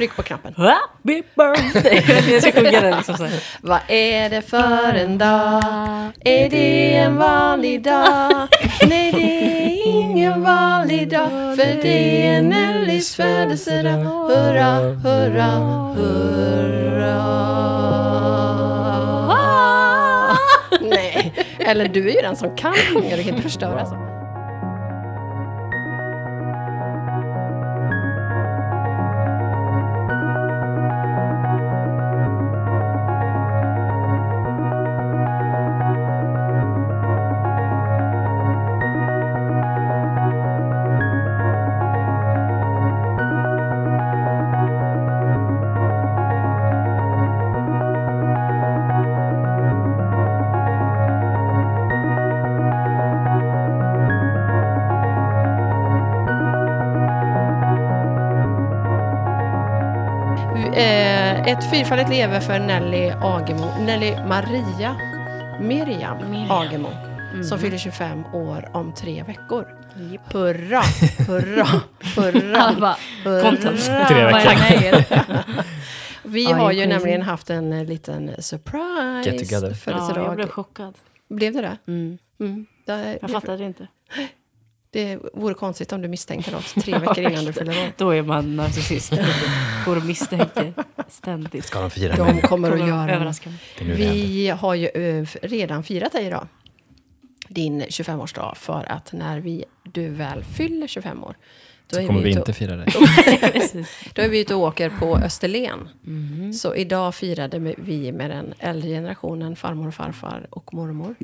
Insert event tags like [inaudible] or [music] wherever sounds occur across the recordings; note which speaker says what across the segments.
Speaker 1: Tryck på knappen.
Speaker 2: Happy birthday! [laughs] jag ska sjunga den liksom så här.
Speaker 1: Vad är det för en dag? Är det en vanlig dag? Nej, det är ingen vanlig dag. För det är Nellys födelsedag. Hurra, hurra, hurra. Nej, eller du är ju den som kan sjunga. Du kan inte förstöra alltså. så. Eh, Ett fyrfaldigt leve för Nelly Agemo. Nelly Maria Miriam,
Speaker 2: Miriam. Mm.
Speaker 1: Agemo. Som fyller 25 år om tre veckor. Hurra, hurra,
Speaker 2: [laughs]
Speaker 1: hurra,
Speaker 2: Alva, content.
Speaker 3: Tre
Speaker 1: hurra.
Speaker 3: veckor.
Speaker 2: [laughs]
Speaker 1: Vi
Speaker 2: Ja,
Speaker 1: har
Speaker 2: det är
Speaker 1: ju
Speaker 2: crazy.
Speaker 1: nämligen haft en eh, liten surprise.
Speaker 3: Get together.
Speaker 2: Ja, jag blev
Speaker 1: Födelsedag.
Speaker 2: chockad.
Speaker 1: blev det det?
Speaker 2: Mm.
Speaker 1: Mm. Det,
Speaker 2: Jag fattade inte.
Speaker 1: det vore konstigt om du misstänkte något
Speaker 2: [laughs]
Speaker 1: tre veckor innan du fyller år.
Speaker 2: Då är man [laughs] narcissist. Går och misstänker ständigt.
Speaker 3: Ska de fira nu?
Speaker 1: De kommer att
Speaker 2: Kommer
Speaker 1: göra något.
Speaker 2: överraska [laughs] mig.
Speaker 3: Det är nu det händer.
Speaker 1: Vi har ju eh, f- redan firat dig idag. Din 25-årsdag. För att när vi, du väl fyller 25 år. Då
Speaker 3: Så kommer
Speaker 1: vi
Speaker 3: vi
Speaker 1: ute
Speaker 3: inte fira dig.
Speaker 1: [laughs]
Speaker 2: Precis. Mm.
Speaker 1: Då är vi ute och åker på Österlen.
Speaker 3: Mm.
Speaker 1: Så idag firade med- vi med den äldre generationen, farmor och farfar och mormor.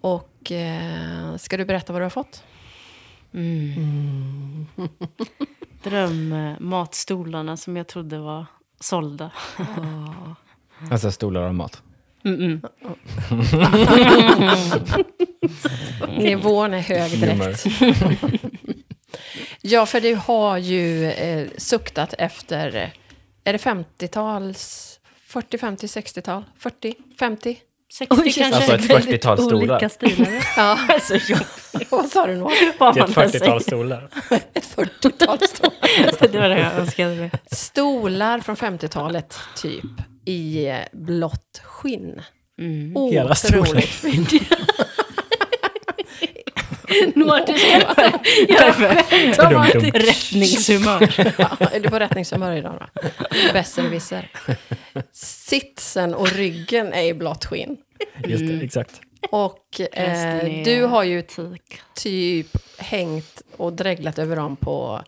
Speaker 1: Och eh, ska du berätta vad du har fått?
Speaker 2: Mm. Drömmatstolarna som jag trodde var sålda.
Speaker 3: Alltså stolar och mat.
Speaker 2: [laughs]
Speaker 1: Nivån är hög direkt. [laughs] Ja, för du har ju eh, suktat efter, eh, är det 50-tals, 40, 50, 60-tal, 40, 50?
Speaker 2: 60 kanske.
Speaker 3: Alltså ett 40-tal stolar.
Speaker 2: Olika [laughs] stilar.
Speaker 1: Ja,
Speaker 2: Alltså, jag,
Speaker 1: [laughs] vad sa du nu?
Speaker 2: vad
Speaker 3: Det är ett
Speaker 2: man än säger.
Speaker 3: 40-tal stolar.
Speaker 1: Ett 40-tal
Speaker 2: [laughs]
Speaker 1: stolar.
Speaker 2: Det var det jag önskade mig.
Speaker 1: Stolar från 50-talet, typ, i eh, blått skinn.
Speaker 2: Mm.
Speaker 3: Hela stolen.
Speaker 1: Otroligt [laughs] fint.
Speaker 2: Nordiska. Därför.
Speaker 3: Dum, dum.
Speaker 2: Rättningshumör.
Speaker 1: Ja, Är du på rättningshumör idag då? Besserwisser. Sitsen och ryggen är i blått skinn.
Speaker 3: Just det, exakt.
Speaker 1: Och
Speaker 2: Resten
Speaker 1: eh,
Speaker 2: är-
Speaker 1: du har ju
Speaker 2: Tik.
Speaker 1: typ hängt och dreglat över dem på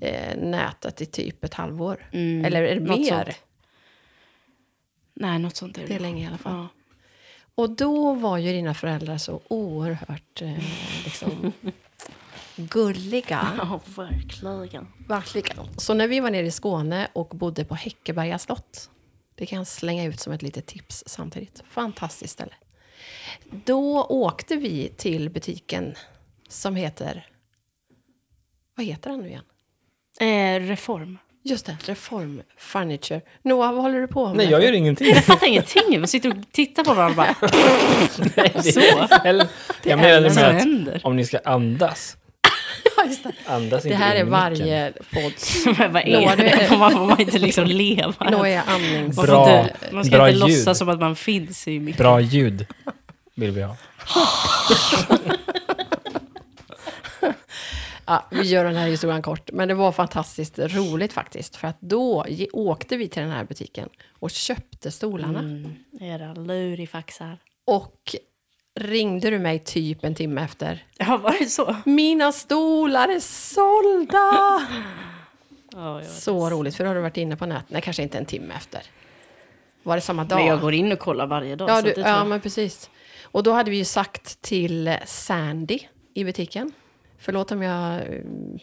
Speaker 1: eh, nätet i typ ett halvår.
Speaker 2: Mm,
Speaker 1: Eller är det
Speaker 2: något
Speaker 1: mer?
Speaker 2: sånt. Nej, något sånt är det.
Speaker 1: Det är länge i alla fall.
Speaker 2: Ja.
Speaker 1: Och då var ju dina föräldrar så oerhört eh,
Speaker 2: [laughs]
Speaker 1: liksom, gulliga.
Speaker 2: ja, verkligen.
Speaker 1: Verkligen. Så när vi var nere i Skåne och bodde på Häckeberga slott, det kan jag slänga ut som ett litet tips samtidigt. Fantastiskt ställe. Då åkte vi till butiken som heter... Vad heter den nu igen?
Speaker 2: Eh, reform.
Speaker 1: Just det, Reform Furniture. Noah, vad håller du på med?
Speaker 3: Nej, jag
Speaker 2: [laughs]
Speaker 3: gör ingenting.
Speaker 2: [laughs] Jag fattar ingenting. Man sitter och tittar på varandra och bara,
Speaker 3: [laughs] Så? Jag
Speaker 2: är
Speaker 3: menade
Speaker 2: vad som
Speaker 3: med att
Speaker 2: händer.
Speaker 3: om ni ska andas,
Speaker 1: [laughs] Ja, just det.
Speaker 3: andas
Speaker 1: det
Speaker 3: inte
Speaker 1: här
Speaker 3: in i
Speaker 1: är
Speaker 3: micken.
Speaker 1: varje [laughs] podds...
Speaker 2: Men [laughs] vad
Speaker 1: Nå,
Speaker 2: är
Speaker 1: det
Speaker 2: det?
Speaker 1: är-
Speaker 2: Får man, får man inte liksom leva?
Speaker 1: Noah är
Speaker 2: man,
Speaker 1: andnings...
Speaker 2: får
Speaker 3: Bra-
Speaker 2: inte, man ska
Speaker 3: bra
Speaker 2: inte
Speaker 3: ljud.
Speaker 2: låtsas som att man finns i mitt...
Speaker 3: Bra ljud vill vi ha.
Speaker 1: Ja, vi gör den här historien kort, men det var fantastiskt roligt faktiskt. För att då ge- åkte vi till den här butiken och köpte stolarna.
Speaker 2: Mm, era lurifaxar.
Speaker 1: Och ringde du mig typ en timme efter?
Speaker 2: Ja, var det så?
Speaker 1: Mina stolar är
Speaker 2: [laughs]
Speaker 1: sålda!
Speaker 2: Ja, jag,
Speaker 1: Så roligt, för då har du varit inne på nätet. Nej, kanske inte en timme efter. Var det samma dag?
Speaker 2: men jag går in och kollar varje dag.
Speaker 1: ja,
Speaker 2: så
Speaker 1: du,
Speaker 2: det tror
Speaker 1: ja,
Speaker 2: jag.
Speaker 1: men precis. Och då hade vi ju sagt till Sandy i butiken. Förlåt om jag mm,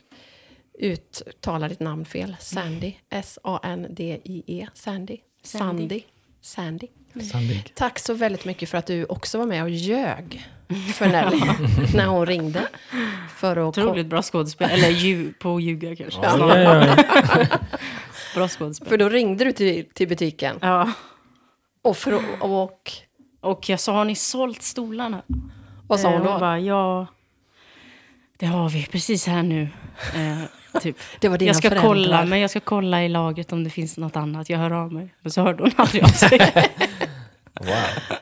Speaker 1: uttalar ditt namn fel. Sandy. S-A-N-D-I-E. E. Sandy. Sandy. Sandy.
Speaker 3: Sandig.
Speaker 1: Tack så väldigt mycket för att du också var med och ljög för
Speaker 2: [laughs]
Speaker 1: Nelly när hon ringde. För att kom,
Speaker 2: Otroligt bra skådespel. Eller ljug, på ljuga kanske.
Speaker 3: Ja, ja, ja.
Speaker 2: Bra skådespel.
Speaker 1: för då ringde du till, till butiken
Speaker 2: Ja.
Speaker 1: och, frå- och
Speaker 2: Och jag sa, har ni sålt stolarna?
Speaker 1: vad sa
Speaker 2: Eh,
Speaker 1: hon då?
Speaker 2: bara, ja, det har vi precis här nu. Eh, Typ.
Speaker 1: [laughs] Det var dina
Speaker 2: Jag ska
Speaker 1: föräldrar.
Speaker 2: kolla, men jag ska kolla i laget om det finns något annat. Jag hör av mig. Men så hörde hon aldrig
Speaker 1: [laughs]
Speaker 2: av sig.
Speaker 3: Wow.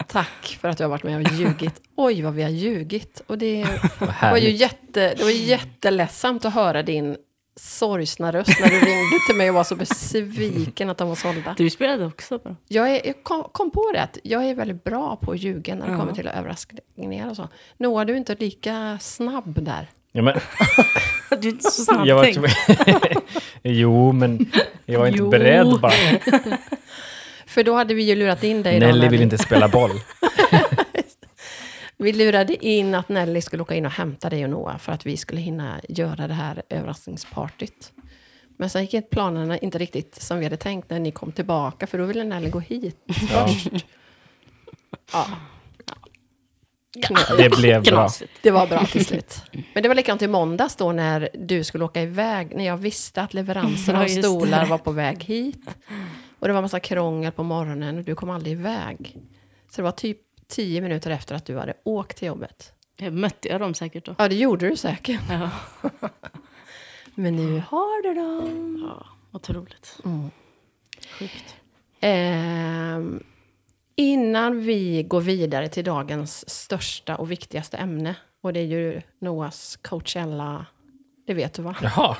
Speaker 1: Tack för att du har varit med och
Speaker 2: [laughs]
Speaker 1: ljugit. Oj, vad vi har ljugit. Och det var ju
Speaker 3: härligt.
Speaker 1: jätte, det var ju jätteledsamt att höra din sorgsna röst när du ringde till mig och var så besviken att de var sålda.
Speaker 2: Du spelade också bra.
Speaker 1: Jag, är, jag kom, kom på det att jag är väldigt bra på att ljuga när det
Speaker 2: Ja.
Speaker 1: kommer till överraskningar och så. Noah, du är inte lika snabb där.
Speaker 3: Ja, men,
Speaker 2: Du är
Speaker 1: [laughs]
Speaker 2: inte så snabb
Speaker 3: jag var
Speaker 2: tänkt.
Speaker 3: [laughs] jo, men jag var inte
Speaker 2: Jo.
Speaker 3: beredd bara.
Speaker 1: För då hade vi ju lurat in dig. då
Speaker 3: Nelly
Speaker 1: när
Speaker 3: vill
Speaker 1: vi,
Speaker 3: inte spela boll.
Speaker 1: vi lurade in att Nelly skulle åka in och hämta dig och Noah för att vi skulle hinna göra det här överraskningspartyt. Men sen gick planerna inte riktigt som vi hade tänkt när ni kom tillbaka, för då ville Nelly gå hit.
Speaker 3: Ja,
Speaker 1: Ja,
Speaker 3: det blev bra.
Speaker 2: Knasigt.
Speaker 1: Typ. det var bra till slut. [laughs] Men det var likadant i måndags då när du skulle åka iväg, när jag visste att leveransen
Speaker 2: Ja,
Speaker 1: av
Speaker 2: just
Speaker 1: stolar
Speaker 2: det.
Speaker 1: var på väg hit. Och det var massa krångel på morgonen och du kom aldrig iväg. Så det var typ tio minuter efter att du hade åkt till jobbet.
Speaker 2: Jag Eh, mötte jag dem säkert då.
Speaker 1: Ja, det gjorde du säkert.
Speaker 2: Ja,
Speaker 1: Men nu har du dem.
Speaker 2: ja otroligt.
Speaker 1: Mm.
Speaker 2: Sjukt.
Speaker 1: Ehm, innan vi går vidare till dagens största och viktigaste ämne. Och det är ju Noahs Coachella. Det vet du va?
Speaker 3: Jaha,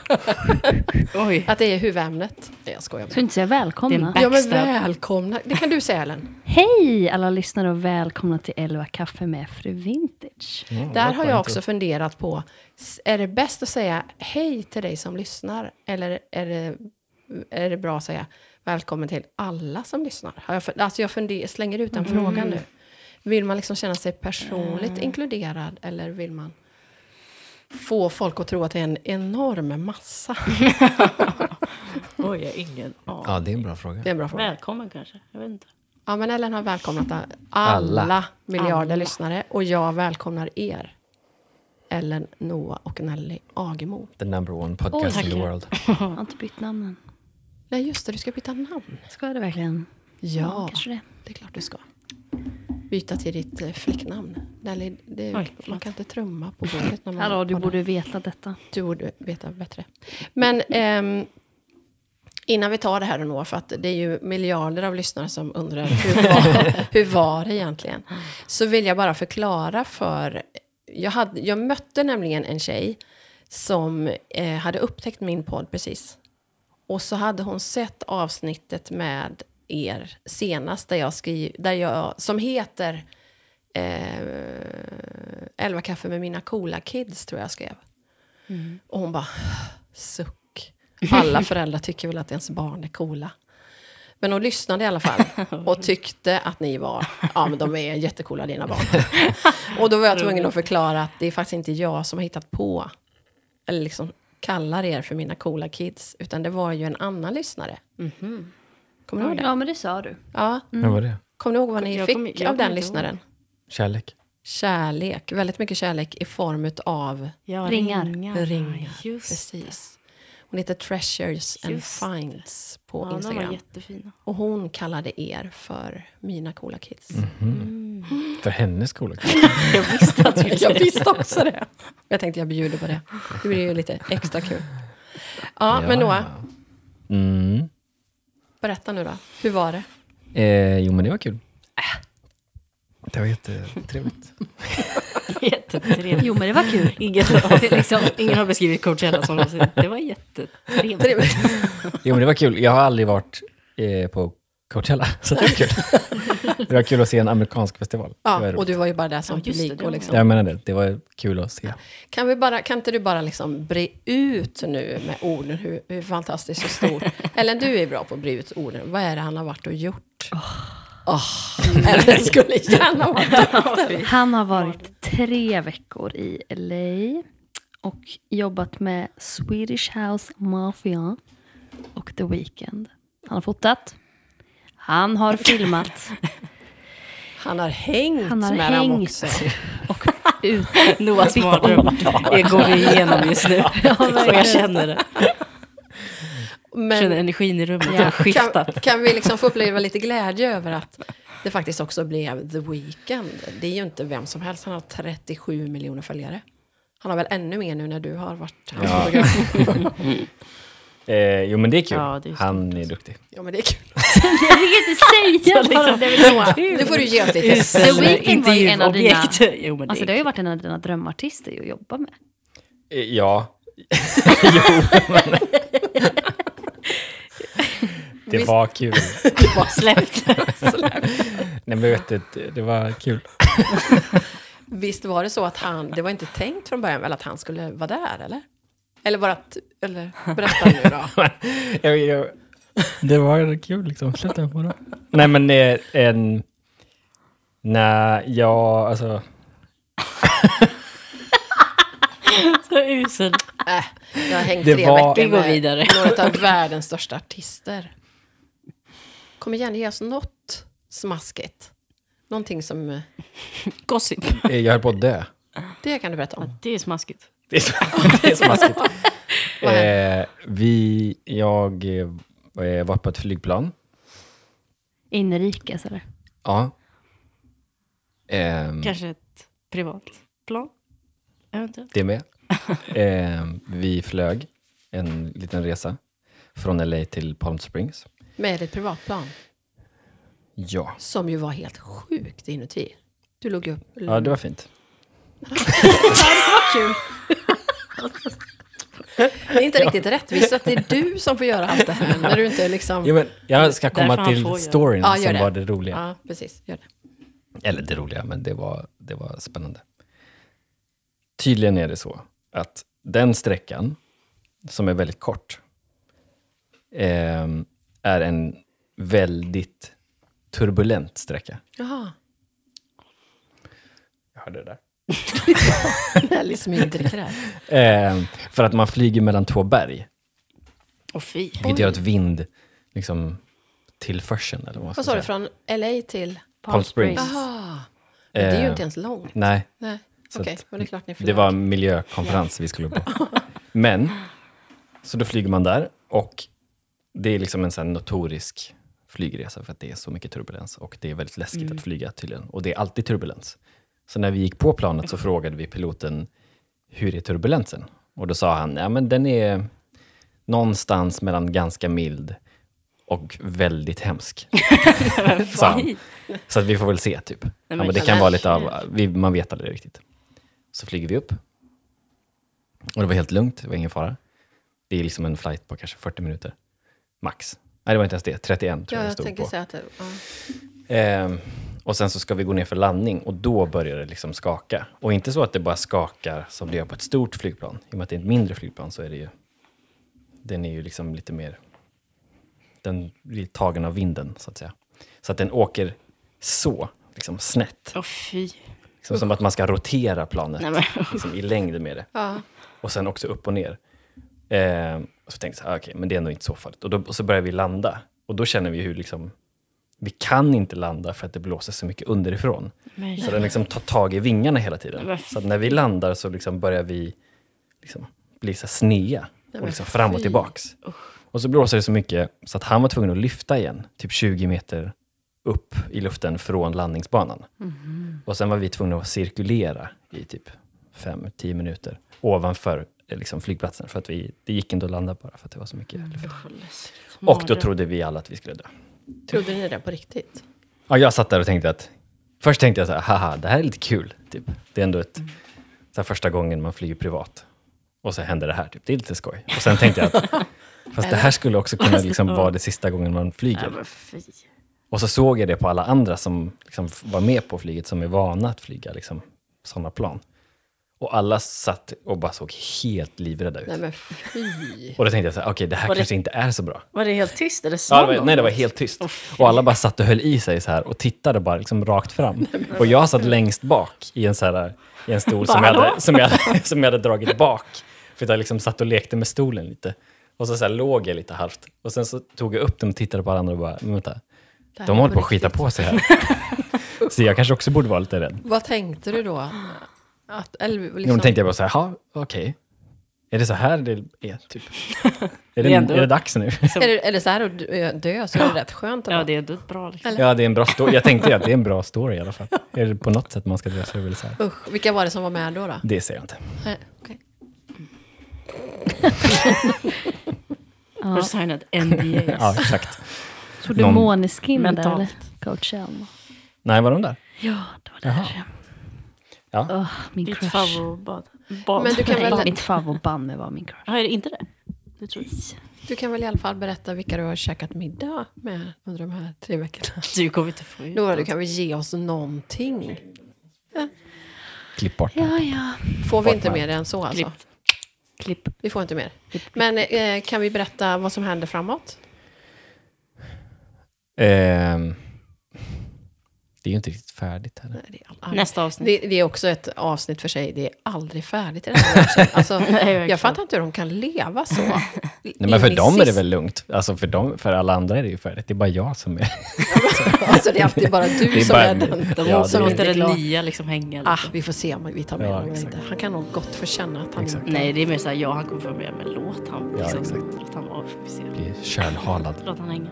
Speaker 2: Oj.
Speaker 1: Att det är huvudämnet. Nej, Jag skojar
Speaker 4: Så
Speaker 1: bara.
Speaker 4: inte säga
Speaker 2: Det är
Speaker 4: välkomna.
Speaker 2: en ba-
Speaker 1: Ja men
Speaker 2: Backstab.
Speaker 1: välkomna. Det kan du säga Ellen.
Speaker 4: Mm, Hej alla lyssnare och välkomna till 11 kaffe med Fru Vintage.
Speaker 1: Där har jag också funderat på. s- Är det bäst att säga hej till dig som lyssnar? Eller är det, är det bra att säga välkommen till alla som lyssnar? Har jag, fun- alltså jag funder, slänger ut den frågan nu. Vill man liksom känna sig personligt inkluderad? Eller vill man få folk att tro att det är en enorm massa?
Speaker 2: Oj, jag har ingen aning.
Speaker 3: Ja, det är en bra fråga.
Speaker 1: Det är en bra fråga.
Speaker 2: Välkommen kanske. Jag vet inte.
Speaker 1: Ja, men Ellen har välkomnat alla,
Speaker 3: Alla.
Speaker 1: miljarder
Speaker 2: Alla.
Speaker 1: lyssnare och jag välkomnar er. Ellen, Noah och Nelly Agemo.
Speaker 3: The number one podcast
Speaker 4: Åh,
Speaker 3: in the
Speaker 2: tack.
Speaker 3: world.
Speaker 4: Jag har inte bytt namnen.
Speaker 1: Nej, just det, du ska byta namn.
Speaker 4: Ska jag det verkligen?
Speaker 1: Ja,
Speaker 4: kanske det.
Speaker 1: det är klart du ska. Byta till ditt eh, flicknamn. Nelly, det,
Speaker 2: Oj, förlåt.
Speaker 1: man kan inte trumma på bordet. När man
Speaker 4: Hallå, du
Speaker 1: poddar.
Speaker 4: borde veta detta.
Speaker 1: Du borde veta bättre. Men ehm, innan vi tar det här ändå, för att det är ju miljarder av lyssnare som undrar hur var, hur var det egentligen? Så vill jag bara förklara för... Jag, hade, jag mötte nämligen en tjej som eh, hade upptäckt min podd precis. Och så hade hon sett avsnittet med er senast, där jag skri, där jag, som heter eh, 11 kaffe med mina coola kids, tror jag jag skrev.
Speaker 2: Mm.
Speaker 1: Och hon bara, suck. Alla föräldrar tycker väl att ens barn är coola. Men hon lyssnade i alla fall
Speaker 2: [laughs]
Speaker 1: och tyckte att ni var, ja men de är jättekola dina
Speaker 2: [laughs]
Speaker 1: barn. Och då var jag tvungen att förklara att det är faktiskt inte jag som har hittat på, eller liksom kallar er för mina coola kids, utan det var ju en annan lyssnare.
Speaker 2: Mhm.
Speaker 1: Kommer ni ihåg det?
Speaker 4: Ja, men det sa du.
Speaker 1: Ja.
Speaker 2: Mm.
Speaker 3: Vad var det?
Speaker 1: Kommer ni ihåg vad ni
Speaker 2: Jag
Speaker 1: fick
Speaker 2: kommer- jag
Speaker 1: av
Speaker 2: kommer
Speaker 1: den
Speaker 2: inte
Speaker 1: lyssnaren?
Speaker 3: Kärlek.
Speaker 1: Kärlek, väldigt mycket kärlek i form av
Speaker 2: Ja,
Speaker 4: Ringar.
Speaker 1: Ringar,
Speaker 2: Just
Speaker 1: Precis. Hon heter Treasures and
Speaker 2: Just det.
Speaker 1: Finds på
Speaker 2: ja, de var
Speaker 1: Instagram.
Speaker 2: jättefina.
Speaker 1: Och hon kallade er för mina coola kids.
Speaker 3: Mm. För hennes coola
Speaker 2: [laughs] Jag visste att du
Speaker 1: [laughs] Jag visste också det. Jag tänkte jag bjuder på det. Det blir ju lite extra kul. Ja, men Noah,
Speaker 3: Mm.
Speaker 1: berätta nu då. Hur var det?
Speaker 3: Eh, jo, men det var kul. Det var jättetrevligt.
Speaker 2: jättetrevligt.
Speaker 4: Jo, men det var kul. [laughs]
Speaker 2: Ingen har, liksom, ingen har beskrivit Coachella som någonsin. Det var jättetrevligt.
Speaker 1: Trevligt.
Speaker 3: [laughs] Jo, men det var kul. Jag har aldrig varit eh, på Coachella, så det var
Speaker 2: [laughs]
Speaker 3: kul. det var kul att se en amerikansk festival. det var
Speaker 1: Ja,
Speaker 3: roligt.
Speaker 1: och du var ju bara där som
Speaker 2: Ja, just det,
Speaker 1: publik.
Speaker 2: det
Speaker 1: Och
Speaker 2: var
Speaker 1: liksom.
Speaker 3: Jag menar det, det var kul att se.
Speaker 1: kan, vi bara, kan inte du bara liksom bre ut nu med orden hur, hur fantastiskt och
Speaker 4: [laughs]
Speaker 1: stort... Ellen, du är bra på att bre ut orden. Vad är det han har varit och gjort? Åh, Ellen skulle gärna varit
Speaker 4: Han har varit tre veckor i LA och jobbat med Swedish House Mafia och The Weeknd. Han har fotat. Han har filmat.
Speaker 1: Han har hängt
Speaker 4: Han har
Speaker 1: med dem
Speaker 4: hängt.
Speaker 1: också.
Speaker 4: Och ut.
Speaker 2: Noahs mardröm. Det går vi igenom just nu. Och jag känner det. Jag känner
Speaker 1: Men
Speaker 2: energin i rummet.
Speaker 4: Ja.
Speaker 2: Jag har
Speaker 1: kan,
Speaker 2: skiftat.
Speaker 1: kan vi liksom få uppleva lite glädje över att det faktiskt också blev The Weeknd? Det är ju inte vem som helst, han har 37 miljoner följare. Han har väl ännu mer nu när du har varit hans
Speaker 3: Ja.
Speaker 1: fotograf.
Speaker 3: Eh, jo, men det är kul.
Speaker 2: Ja, det är alltså.
Speaker 3: Han är duktig.
Speaker 1: Ja, men det är kul.
Speaker 4: Jag fick inte säga
Speaker 2: liksom-
Speaker 4: bara det vi lovade.
Speaker 1: Nu får du ge oss lite
Speaker 4: The Weeknd var ju en av dina...
Speaker 2: Intervjuobjekt. Jo, men
Speaker 4: Alltså det
Speaker 2: det
Speaker 4: har
Speaker 2: är
Speaker 4: ju varit en av dina drömartister att jobba med.
Speaker 3: Eh, ja.
Speaker 2: [laughs]
Speaker 3: [laughs] jo, men... det
Speaker 1: Visst.
Speaker 3: var kul.
Speaker 2: ju bara släppt. [laughs]
Speaker 3: Nej, men vet du, det- det var kul.
Speaker 1: Visst var det så att han, det var inte tänkt från början väl att han skulle vara där, eller? Eller bara att, eller berätta nu då.
Speaker 3: jag, jag, det var kul liksom. Släpp den på då. Nej men eh, en... Nej, ja alltså...
Speaker 2: Så Alltså, usel.
Speaker 1: Äh, jag har hängt
Speaker 3: Det
Speaker 1: tre
Speaker 3: var-
Speaker 1: veckor
Speaker 2: Vi går
Speaker 1: med
Speaker 2: vidare.
Speaker 1: några av världens största artister. Kom igen, ge oss något smaskigt. Någonting som, eh,
Speaker 2: Gossip.
Speaker 3: eh, Jag höll på att dö.
Speaker 1: det kan du berätta om.
Speaker 2: Det är smaskigt.
Speaker 3: [laughs] Det är, så, det är smaskigt. eh, vi, jag eh, var på ett flygplan.
Speaker 4: Inrikes eller?
Speaker 3: Ja. Ehm,
Speaker 2: Kanske ett privat plan. Eventuellt.
Speaker 3: det med. Ehm, vi flög en liten resa från LA till Palm Springs.
Speaker 1: Med ett privatplan,
Speaker 3: Ja.
Speaker 1: som ju var helt sjukt inuti. Du låg ju upp.
Speaker 3: Ja, det var fint.
Speaker 1: Det är inte riktigt rättvist att det är du som får göra allt det här när du inte liksom...
Speaker 3: Jo, men jag ska
Speaker 2: Därför
Speaker 3: komma
Speaker 2: han får
Speaker 3: till
Speaker 2: göra.
Speaker 3: storyn
Speaker 1: Ja, gör
Speaker 3: som
Speaker 1: det.
Speaker 3: var det roliga.
Speaker 1: Ja, precis. Gör det.
Speaker 3: Eller det roliga, men det var, det var spännande. Tydligen är det så att den sträckan, som är väldigt kort, ehm, är en väldigt turbulent sträcka.
Speaker 1: [laughs] Jaha.
Speaker 3: Jag hörde det där.
Speaker 1: Nelly smygdricker här.
Speaker 3: Ehm, för att man flyger mellan två berg,
Speaker 2: Och fy.
Speaker 3: vilket gör att vind liksom tillförseln, eller vad man
Speaker 1: [laughs]
Speaker 3: ska
Speaker 1: Vad sa du,
Speaker 3: säga.
Speaker 1: från LA till...
Speaker 3: Palm Springs.
Speaker 1: Ah, men det är ju
Speaker 3: Eh,
Speaker 1: inte ens långt.
Speaker 3: Nej,
Speaker 1: Nej,
Speaker 3: så
Speaker 1: okej,
Speaker 3: att
Speaker 1: men det är klart ni
Speaker 3: Det
Speaker 1: förlorar.
Speaker 3: var en miljökonferens vi
Speaker 1: [laughs]
Speaker 3: skulle på. Men, så då flyger man där och det är liksom en sån här notorisk flygresa för att det är så mycket turbulens och det är väldigt läskigt
Speaker 1: Mm.
Speaker 3: att flyga tydligen. Och det är alltid turbulens. Så när vi gick på
Speaker 1: [clears throat]
Speaker 3: planet så frågade vi piloten hur är turbulensen? Och då sa han, ja men den är någonstans mellan ganska mild och väldigt hemsk. [laughs] sa han. Så att vi får väl se typ. Ja, men det kan vara lite av, vi, man vet aldrig riktigt. Så flyger vi upp. Och det var helt lugnt, det var ingen fara. Det är liksom en flight på kanske 40 minuter, max. Nej, det var inte ens det, 31 tror
Speaker 1: Ja,
Speaker 3: jag det
Speaker 1: jag
Speaker 3: stod
Speaker 1: tänker
Speaker 3: på.
Speaker 1: säga att det... Ja.
Speaker 3: Ehm, och sen så ska vi gå ner för landning och då börjar det liksom skaka. Och inte så att det bara skakar som det gör på ett stort flygplan. I och med att det är ett mindre flygplan så är det ju... Den är ju liksom lite mer... Den blir tagen av vinden, så att säga. Så att den åker så, liksom snett.
Speaker 2: Åh fy.
Speaker 3: Liksom som att man ska rotera planet
Speaker 2: Nej, men,
Speaker 3: liksom i längd med det.
Speaker 1: Ja.
Speaker 3: Och sen också upp och ner. Ehm, och så tänkte jag, ah, okej, men det är nog inte så farligt. Och, då, och så börjar vi landa. Och då känner vi hur liksom, vi kan inte landa för att det blåser så mycket underifrån.
Speaker 2: men,
Speaker 3: Så den liksom tar tag i vingarna hela tiden.
Speaker 2: Men-
Speaker 3: Så att när vi landar så liksom börjar vi liksom bli så här snea och
Speaker 1: men
Speaker 3: liksom fram och
Speaker 1: fy.
Speaker 3: tillbaks. Och så blåser det så mycket så att han var tvungen att lyfta igen, typ 20 meter upp i luften från landningsbanan. Och sen var vi tvungna att cirkulera i typ 5-10 minuter ovanför eh, liksom flygplatsen för att vi, det gick inte att landa bara för att det var så mycket luft.
Speaker 2: Mm.
Speaker 3: Och då trodde vi alla att vi skulle dö.
Speaker 1: Trodde ni det på riktigt?
Speaker 3: Ja, jag satt där och tänkte att... Först tänkte jag så här, haha, det här är lite kul. Typ. Det är ändå ett, så här, första gången man flyger privat. Och så händer det här, typ. det är lite skoj. Och sen tänkte
Speaker 2: [laughs]
Speaker 3: jag att fast det här skulle också kunna
Speaker 2: Alltså,
Speaker 3: liksom vara det sista gången man
Speaker 2: Nej,
Speaker 3: flyger.
Speaker 2: men fy.
Speaker 3: Och så såg jag det på alla andra som liksom var med på flyget, som är vana att flyga liksom, sådana plan. Och alla satt och bara såg helt livrädda ut.
Speaker 1: Nej men fy.
Speaker 3: Och då tänkte jag så här, okej, det här
Speaker 2: Var det-
Speaker 3: kanske inte är så bra.
Speaker 2: Var det helt tyst eller sa
Speaker 3: Ja, det var,
Speaker 2: någon?
Speaker 3: nej, det var helt tyst. Och alla bara satt och höll i sig så här och tittade bara liksom rakt fram. Och jag satt längst bak i en, så här, i en stol som jag, hade, som, jag hade, [laughs] som jag hade dragit bak. För att jag liksom satt och lekte med stolen lite. Och så, så här låg jag lite halvt. Och sen så tog jag upp dem och tittade på alla andra och bara, men vänta,
Speaker 1: här
Speaker 3: de
Speaker 1: är
Speaker 3: håller på
Speaker 1: på
Speaker 3: att skita
Speaker 1: riktigt.
Speaker 3: på sig här. Så jag kanske också borde vara lite rädd.
Speaker 1: Vad tänkte du då? Att, eller
Speaker 3: Liksom.
Speaker 1: liksom,
Speaker 3: Då tänkte jag bara så här, "Ha, okej. Är det så här det är? Typ? Är,
Speaker 2: Det
Speaker 3: det,
Speaker 2: är ändå-
Speaker 3: är det dags nu?
Speaker 1: Eller, eller så här att dö- dö, så är det rätt skönt.
Speaker 2: Ja,
Speaker 1: ändå.
Speaker 2: det är ändå ett bra. Liksom.
Speaker 3: Ja, det är en bra story. Jag tänkte ju att det är en bra story i alla fall. Är det på något sätt man ska dra sig över så här?
Speaker 1: Usch, vilka var det som var med då? då?
Speaker 3: Det ser jag inte.
Speaker 1: Nej, okej.
Speaker 2: Har du signat
Speaker 1: [laughs]
Speaker 2: NDAs?
Speaker 3: Ja, exakt.
Speaker 4: Tog du
Speaker 3: Någon-
Speaker 4: Måneskin där
Speaker 2: Mentalt.
Speaker 4: eller? Coachella?
Speaker 3: Nej, var de där?
Speaker 4: Ja, det var där.
Speaker 3: Ja.
Speaker 4: Åh, min
Speaker 2: Ditt
Speaker 4: crush.
Speaker 2: favoritbad. Bad.
Speaker 1: Men du kan
Speaker 4: Nej,
Speaker 1: väl-
Speaker 4: mitt favoritband med var min crush.
Speaker 2: Ja, är det inte det? Det tror jag.
Speaker 1: Du kan väl i alla fall berätta vilka du har käkat middag med under de här tre veckorna?
Speaker 2: Du kommer inte få ut
Speaker 1: Nora, du kan väl ge oss någonting?
Speaker 3: Klipp bort den.
Speaker 4: Ja, ja.
Speaker 1: Får vi inte mer än så alltså?
Speaker 2: Klipp.
Speaker 4: Klipp.
Speaker 1: Vi får inte mer. Men eh, kan vi berätta vad som händer framåt?
Speaker 3: Ehm, det är ju inte riktigt färdigt heller.
Speaker 1: Nej, det, är all- all-
Speaker 2: Nästa avsnitt.
Speaker 1: det, det är också ett avsnitt för sig. Det är aldrig färdigt i den här [laughs] branschen. alltså,
Speaker 2: verkligen.
Speaker 1: Jag fattar inte hur de kan leva så. [laughs]
Speaker 3: Nej, men för dem är det väl lugnt? Alltså för, dem, för alla andra är det ju färdigt. Det är bara jag som är...
Speaker 1: alltså, det är alltid bara du
Speaker 3: Det är
Speaker 1: som
Speaker 3: bara
Speaker 1: är
Speaker 3: min-
Speaker 1: den.
Speaker 2: De
Speaker 3: Ja,
Speaker 2: måste
Speaker 3: det är-
Speaker 2: låta
Speaker 1: inte
Speaker 2: det
Speaker 1: klar.
Speaker 2: nya liksom hänga lite.
Speaker 1: Ah, vi får se om vi tar med
Speaker 3: Ja,
Speaker 1: honom eller
Speaker 3: exakt.
Speaker 1: inte. Han kan nog gott få känna att han
Speaker 3: Exakt.
Speaker 1: inte...
Speaker 2: Nej, det är mer såhär, ja han kommer få med, men låt han.
Speaker 3: Ja,
Speaker 2: Liksom,
Speaker 3: exakt.
Speaker 2: Låt han vara. Vi ser.
Speaker 3: blir kölhalad.
Speaker 2: Låt han hänga.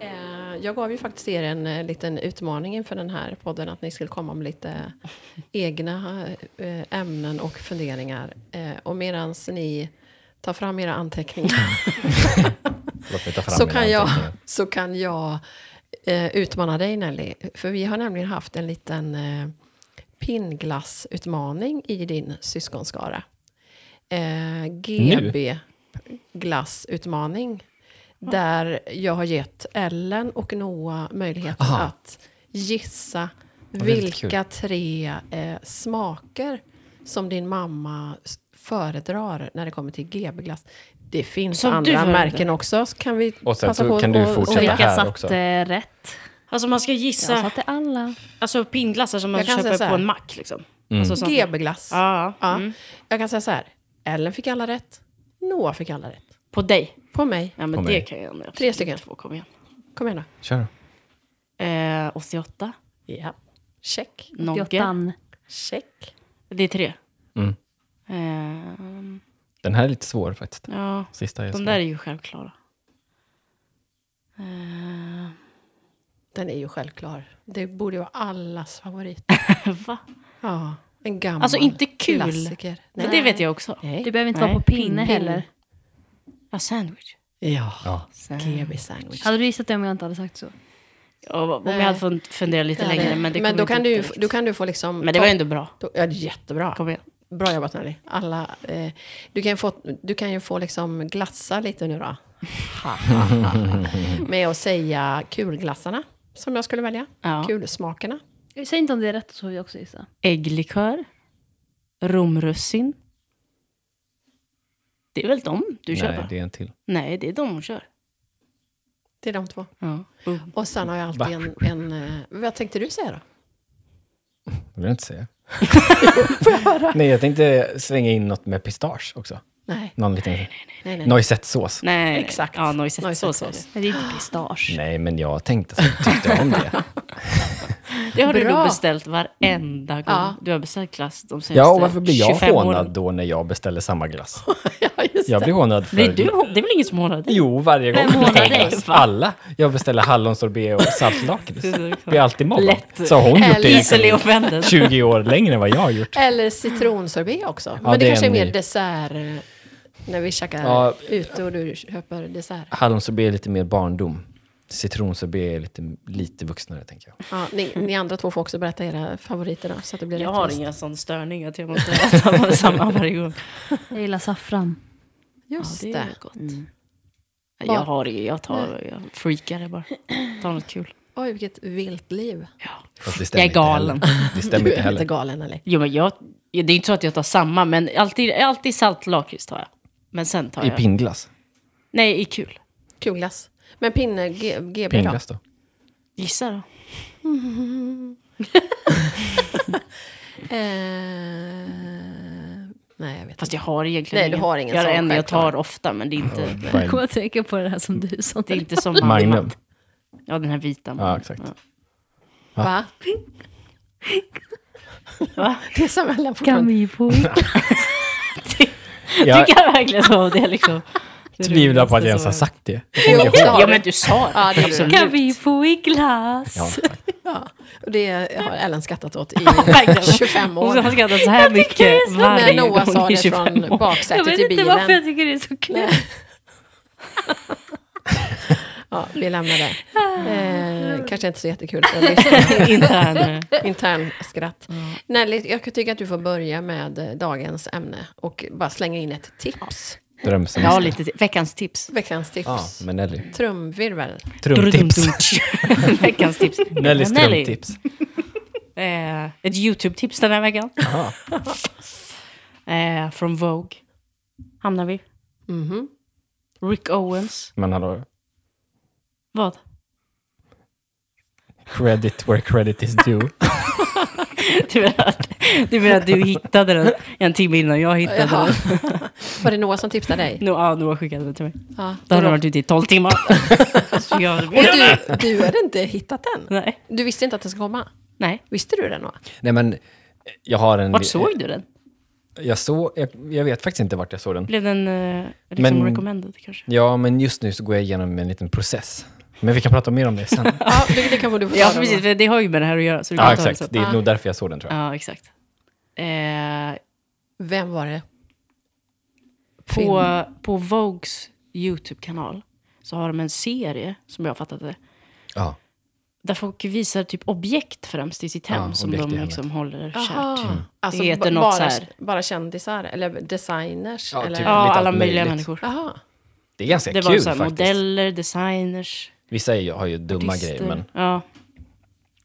Speaker 1: Eh, Jag gav ju faktiskt er en eh, liten utmaning inför den här podden, att ni skulle komma med lite eh, egna eh, ämnen och funderingar. Eh, Och medan ni tar fram era anteckningar
Speaker 3: Låt mig ta fram
Speaker 1: så
Speaker 3: mina
Speaker 1: kan, jag,
Speaker 3: anteckningar.
Speaker 1: så kan jag eh, utmana dig Nelly. För vi har nämligen haft en liten eh, pinnglassutmaning i din syskonskara. Eh, GB glassutmaning. Där jag har gett Ellen och Noah möjligheten
Speaker 3: Aha.
Speaker 1: att gissa
Speaker 3: det är lite
Speaker 1: vilka tre eh, smaker som din mamma s- föredrar när det kommer till GB-glass. Det finns
Speaker 2: Som du
Speaker 1: andra
Speaker 2: föredrar.
Speaker 1: märken också. Så kan vi
Speaker 3: Och sen
Speaker 1: passa
Speaker 3: så
Speaker 1: på
Speaker 3: kan du
Speaker 1: att-
Speaker 4: Och
Speaker 3: fortsätta.
Speaker 1: säga.
Speaker 3: Sätta
Speaker 4: vilka
Speaker 3: här
Speaker 4: satt
Speaker 3: också.
Speaker 4: eh, rätt?
Speaker 2: Alltså man ska
Speaker 4: Jag
Speaker 2: gissa,
Speaker 4: satte alla.
Speaker 2: alltså pinnglassar som man
Speaker 1: Jag kan säga så
Speaker 2: köper
Speaker 1: här.
Speaker 2: på en mack liksom.
Speaker 3: Mm.
Speaker 2: Alltså, sånt-
Speaker 1: GB-glass.
Speaker 2: Ja, ja.
Speaker 1: Ja. Mm. Jag kan säga så här. Ellen fick alla rätt. Noah fick alla rätt.
Speaker 2: På dig.
Speaker 1: På mig.
Speaker 2: Ja,
Speaker 3: På
Speaker 2: men det
Speaker 3: mig.
Speaker 2: kan jag ändå.
Speaker 1: Tre stycken.
Speaker 2: Två, kom igen.
Speaker 1: Kom igen då.
Speaker 3: Kör.
Speaker 2: Eh, 88.
Speaker 1: Ja. Check.
Speaker 2: Nogge.
Speaker 4: Jottan.
Speaker 1: Check.
Speaker 2: Det är tre.
Speaker 3: Mm.
Speaker 2: Ehm,
Speaker 3: Den här är lite svår faktiskt.
Speaker 2: ja,
Speaker 3: Sista är
Speaker 2: de
Speaker 3: svår.
Speaker 2: där är
Speaker 1: [laughs]
Speaker 2: ju självklara. Ehm,
Speaker 1: Den är ju självklar. Det borde ju vara allas
Speaker 2: [laughs]
Speaker 1: favorit.
Speaker 2: va?
Speaker 1: Ja. En gammal
Speaker 2: Alltså, inte kul.
Speaker 1: klassiker.
Speaker 2: Men det vet jag också.
Speaker 1: Nej.
Speaker 4: Du behöver inte
Speaker 2: Nej.
Speaker 4: vara på pinne
Speaker 1: Pinne.
Speaker 4: heller.
Speaker 2: Ja, sandwich.
Speaker 1: Ja.
Speaker 3: Ja.
Speaker 1: GB sandwich.
Speaker 2: Alltså,
Speaker 4: Hade du gissat det om jag inte hade sagt så?
Speaker 2: Ja, Om
Speaker 1: Nej.
Speaker 2: jag hade fått fundera lite
Speaker 1: Ja, det-
Speaker 2: längre. Men, det kom
Speaker 1: då,
Speaker 2: inte
Speaker 1: kan
Speaker 2: upp
Speaker 1: du,
Speaker 2: direkt.
Speaker 1: då kan du få liksom...
Speaker 2: men det var ju ändå bra.
Speaker 1: Då, ja, det är jättebra.
Speaker 2: Kom igen.
Speaker 1: Bra jobbat Nelly. Alla, eh, du, kan ju få, du kan ju få liksom glassa lite nu då. Med att säga kulglassarna som jag skulle välja.
Speaker 2: Ja.
Speaker 1: Kulsmakerna.
Speaker 4: Säg inte om det är rätt så får vi också gissa.
Speaker 2: Ägglikör. Romrussin. Det är väl de du
Speaker 3: Nej,
Speaker 2: köper?
Speaker 3: det är en till.
Speaker 2: Nej, det är de hon kör. Oh.
Speaker 1: Det är de två.
Speaker 2: Ja.
Speaker 1: Och sen har jag alltid en... en eh, vad tänkte du säga då?
Speaker 3: Det vill jag
Speaker 1: [laughs]
Speaker 3: inte säga. Nej, jag tänkte slänga in något med pistage också.
Speaker 1: Nej.
Speaker 3: Någon liten
Speaker 1: nej, nej.
Speaker 3: noisettesås.
Speaker 2: Nej,
Speaker 1: Exakt.
Speaker 2: Ja, noisette så,
Speaker 1: Noisette
Speaker 2: så.
Speaker 1: sås.
Speaker 4: Men det är inte pistage.
Speaker 3: Nej, men jag tänkte så. Tyckte jag om det?
Speaker 2: Det har du
Speaker 1: Bra. Mm.
Speaker 2: nog beställt varenda gång.
Speaker 1: Ja.
Speaker 2: Du har beställt glass de senaste
Speaker 3: Ja, och varför blir jag
Speaker 2: 25
Speaker 3: hånad
Speaker 2: åren.
Speaker 3: då när jag beställer samma glass?
Speaker 1: [laughs] ja, just
Speaker 3: Jag
Speaker 1: det.
Speaker 3: blir hånad för...
Speaker 2: Blir du hå- Det är väl ingen som hånar dig?
Speaker 3: Jo, varje gång.
Speaker 4: Vem hånar dig?
Speaker 3: Alla. Jag beställer hallonsorbet och saltlakrits. Blir alltid mobbad.
Speaker 2: Lätt.
Speaker 3: Så har hon gjort det
Speaker 1: Eller-
Speaker 2: Diesel i
Speaker 3: i
Speaker 2: offenden.
Speaker 3: 20 år längre än vad jag har gjort.
Speaker 1: Eller citronsorbet också. Men det,
Speaker 3: det är
Speaker 1: kanske är
Speaker 3: en
Speaker 1: mer
Speaker 3: ny.
Speaker 1: dessert. eh, När vi käkar
Speaker 3: Ja.
Speaker 1: ute och du köper dessert.
Speaker 3: Hallonsorbet är lite mer barndom. Citronsorbet är lite, lite vuxnare, tänker jag.
Speaker 1: Ja, ni, ni andra två får också berätta era favoriter då, så att det blir
Speaker 2: Jag har
Speaker 1: rättvist.
Speaker 2: ingen sån störning att jag måste [laughs] äta på samma varje gång.
Speaker 4: Jag gillar saffran.
Speaker 1: Just
Speaker 2: Ja, det
Speaker 1: det.
Speaker 2: är gott.
Speaker 1: Bara-
Speaker 2: Jag har inget, jag tar, jag freakar det bara. Ta något kul.
Speaker 1: Oj, vilket vilt liv.
Speaker 2: Ja.
Speaker 3: Fast det
Speaker 2: Jag är
Speaker 3: inte heller.
Speaker 2: galen.
Speaker 3: Det stämmer
Speaker 1: Du
Speaker 3: inte
Speaker 1: är lite
Speaker 3: heller.
Speaker 1: galen eller?
Speaker 2: Jo men jag, det är inte så att jag tar samma, men alltid, alltid salt lakrits tar jag. Men sen tar
Speaker 3: I
Speaker 2: jag.
Speaker 3: pinnglass.
Speaker 2: Nej, i kul.
Speaker 1: Kulglass. Men pinne G- GB då?
Speaker 3: Pinglas då?
Speaker 2: Gissa då.
Speaker 1: Eh, nej, jag vet
Speaker 2: Fast
Speaker 1: inte.
Speaker 2: jag har egentligen
Speaker 1: Nej, du har ingen
Speaker 2: Jag har
Speaker 1: sån,
Speaker 2: en jag
Speaker 1: självklart.
Speaker 2: tar ofta, men det är inte,
Speaker 3: [laughs]
Speaker 4: Jag kommer att tänka på det här som du sa.
Speaker 2: det är inte som
Speaker 3: Magnum?
Speaker 2: Ja, den här vita.
Speaker 3: Ja, exakt.
Speaker 1: Va?
Speaker 2: Va?
Speaker 1: Det är Samuella
Speaker 4: Kan
Speaker 1: fortfarande.
Speaker 4: vi få...
Speaker 3: [laughs] Jag
Speaker 2: Tycker jag verkligen så om det liksom. Det är det
Speaker 3: tvivlar på att jag ens har
Speaker 2: roligaste
Speaker 3: sagt det.
Speaker 1: Jo, det har
Speaker 2: Ja,
Speaker 1: du.
Speaker 2: men du sa det.
Speaker 1: Ja, det gjorde du.
Speaker 2: absolut.
Speaker 4: Kan vi få i glass?
Speaker 3: Ja,
Speaker 1: Ja, och det har Ellen skattat åt i
Speaker 2: Verkligen.
Speaker 1: 25
Speaker 2: Hon har
Speaker 1: år.
Speaker 2: skrattat så här mycket
Speaker 1: När
Speaker 2: varje
Speaker 1: Noah sa
Speaker 2: gång i
Speaker 1: det
Speaker 2: 25
Speaker 1: från
Speaker 2: år.
Speaker 4: Jag
Speaker 1: baksätet
Speaker 4: vet
Speaker 1: i
Speaker 4: inte varför jag
Speaker 1: bilen.
Speaker 4: tycker det är så kul.
Speaker 1: [laughs] Ja, vi lämnar det. Eh, kanske inte så jättekul för
Speaker 2: [laughs]
Speaker 1: lyssnarna.
Speaker 2: Intern.
Speaker 1: [laughs] Intern skratt.
Speaker 2: Mm.
Speaker 1: Nelly, jag tycker att du får börja med eh, dagens ämne och bara slänga in ett tips.
Speaker 2: Jag har
Speaker 3: drömsemester.
Speaker 2: lite till- veckans tips.
Speaker 1: Veckans tips.
Speaker 3: Ja, men Nelly.
Speaker 1: Trumvirvel.
Speaker 3: Trumtips.
Speaker 2: [laughs] veckans tips.
Speaker 3: [laughs] Nellys trumtips.
Speaker 2: Eh, ett YouTube-tips den här veckan.
Speaker 3: Aha.
Speaker 2: [laughs] Eh, från Vogue. Hamnar vi.
Speaker 1: Mhm.
Speaker 2: Rick Owens.
Speaker 3: Men hallå,
Speaker 2: Vad? [laughs]
Speaker 3: credit where credit is
Speaker 2: [laughs]
Speaker 3: due.
Speaker 2: Du menar att du, menar att du hittade den en timme innan jag hittade
Speaker 1: Jaha.
Speaker 2: den?
Speaker 1: [laughs] Var det Noah som tipsade dig?
Speaker 2: No, ja, Noah skickade den till mig.
Speaker 1: Ja.
Speaker 2: Då Mm. hade den varit ute i tolv
Speaker 3: [laughs]
Speaker 2: timmar. Så jag-
Speaker 1: Och du, du hade inte hittat den?
Speaker 2: Nej.
Speaker 1: Du visste inte att den skulle komma?
Speaker 2: Nej.
Speaker 1: Visste du det Noah?
Speaker 3: Nej men, jag har en...
Speaker 2: Vart såg du den?
Speaker 3: Jag, såg, jag, jag vet faktiskt inte vart jag såg den.
Speaker 2: Blev den eh, liksom
Speaker 3: Men-
Speaker 2: recommended kanske?
Speaker 3: Ja, men just nu så går jag igenom en liten process. Men vi kan prata mer om
Speaker 2: [laughs]
Speaker 3: det sen.
Speaker 1: Ja, det, det kanske du får
Speaker 2: Ja,
Speaker 1: ta då,
Speaker 2: precis.
Speaker 1: Noah.
Speaker 2: För det har ju med det här att göra. Så du kan
Speaker 3: ja,
Speaker 2: ta det
Speaker 3: exakt.
Speaker 2: sen.
Speaker 3: Det är nog därför jag såg den tror jag.
Speaker 2: Ja, exakt. Eh,
Speaker 1: Vem var det?
Speaker 2: på, på Vogues YouTube-kanal så har de en serie, som jag har fattat det,
Speaker 3: Ja.
Speaker 2: där folk visar typ objekt främst i sitt hem
Speaker 3: Ja,
Speaker 2: som
Speaker 3: objekt i
Speaker 2: de
Speaker 3: hemmet. Mm.
Speaker 2: liksom håller
Speaker 1: Aha.
Speaker 2: kärt.
Speaker 1: Alltså,
Speaker 2: Det heter
Speaker 1: ba-
Speaker 2: något
Speaker 1: bara,
Speaker 2: så här.
Speaker 1: bara kändisar eller designers?
Speaker 3: Ja,
Speaker 1: eller?
Speaker 3: typ.
Speaker 2: Ja,
Speaker 3: Lite
Speaker 2: alla
Speaker 3: allt
Speaker 2: möjliga
Speaker 3: möjligt.
Speaker 2: människor.
Speaker 1: Aha.
Speaker 3: Det är ganska
Speaker 2: Det var
Speaker 3: kul
Speaker 2: så här,
Speaker 3: faktiskt.
Speaker 2: modeller, designers,
Speaker 3: Vissa är ju, har ju dumma
Speaker 2: artister.
Speaker 3: grejer, men
Speaker 2: Ja.